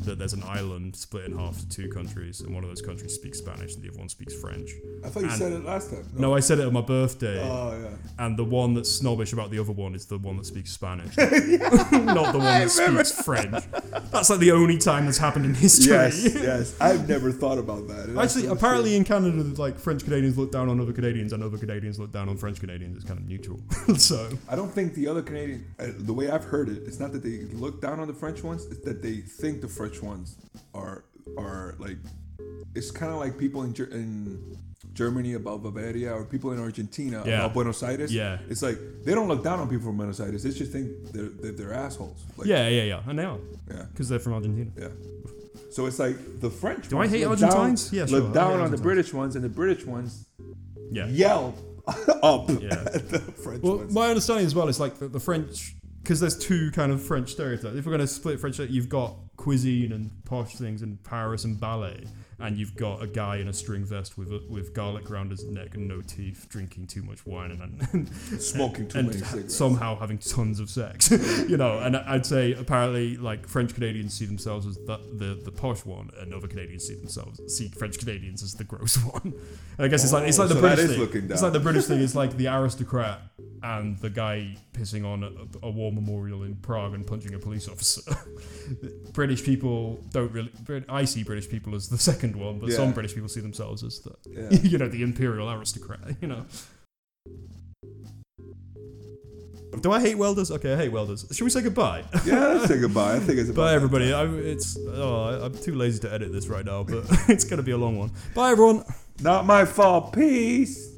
that there's an island split in half to two countries, and one of those countries speaks Spanish and the other one speaks French.
I thought you
and-
said it last time.
No, I said it on my birthday,
Oh yeah.
and the one that's snobbish about the other one is the one that speaks Spanish, not the one that
remember.
speaks French. That's like the only time that's happened in history.
Yes, yes. I've never thought about that. It
Actually,
is
apparently in Canada, like French Canadians look down on other Canadians, and other Canadians look down on French Canadians. It's kind of neutral. so
true. I don't think the other Canadian. Uh, the way I've heard it, it's not that they look down on the French ones. It's that they think the French ones are are like. It's kind of like people in Ger- in Germany about Bavaria or people in Argentina
Yeah.
about Buenos Aires.
Yeah.
it's like they don't look down on people from Buenos Aires. They just think they're they're, they're assholes. Like,
yeah, yeah, yeah, and they are.
yeah,
Because they're from Argentina.
yeah. So it's like the French.
Do I
ones
hate
look down-
Argentines? Yeah, sure, I
Look
hate
down on the
Argentines.
British ones, and the British ones
Yeah.
yell up
Yeah.
at the French
Well,
ones.
my understanding as well is like the, the French because there's two kind of French stereotypes. If we're going to split French, you've got cuisine and posh things in Paris and ballet, and you've got a guy in a string vest with a, with garlic round his neck and no teeth, drinking too much wine and and,
Smoking too
and
many cigarettes.
somehow having tons of sex, you know. And I'd say apparently, like French Canadians see themselves as the, the the posh one, and other Canadians see themselves see French Canadians as the gross one. And I guess it's like it's
Oh,
like the
so that
British
is
thing.
looking
It's
down.
like the British thing. It's like the aristocrat and the guy pissing on a, a war memorial in Prague and punching a police officer. British people don't really. Brit- I see British people as the second one, but some
Yeah.
British people see themselves as the
yeah.
you know the imperial aristocrat. You know. Do I hate welders? Okay, I hate welders. Should we say goodbye?
yeah, let's say goodbye. I think it's about
Bye
that
everybody.
time.
I, it's oh, I, I'm too lazy to edit this right now, but it's gonna be a long one. Bye everyone.
Not my fault. Peace.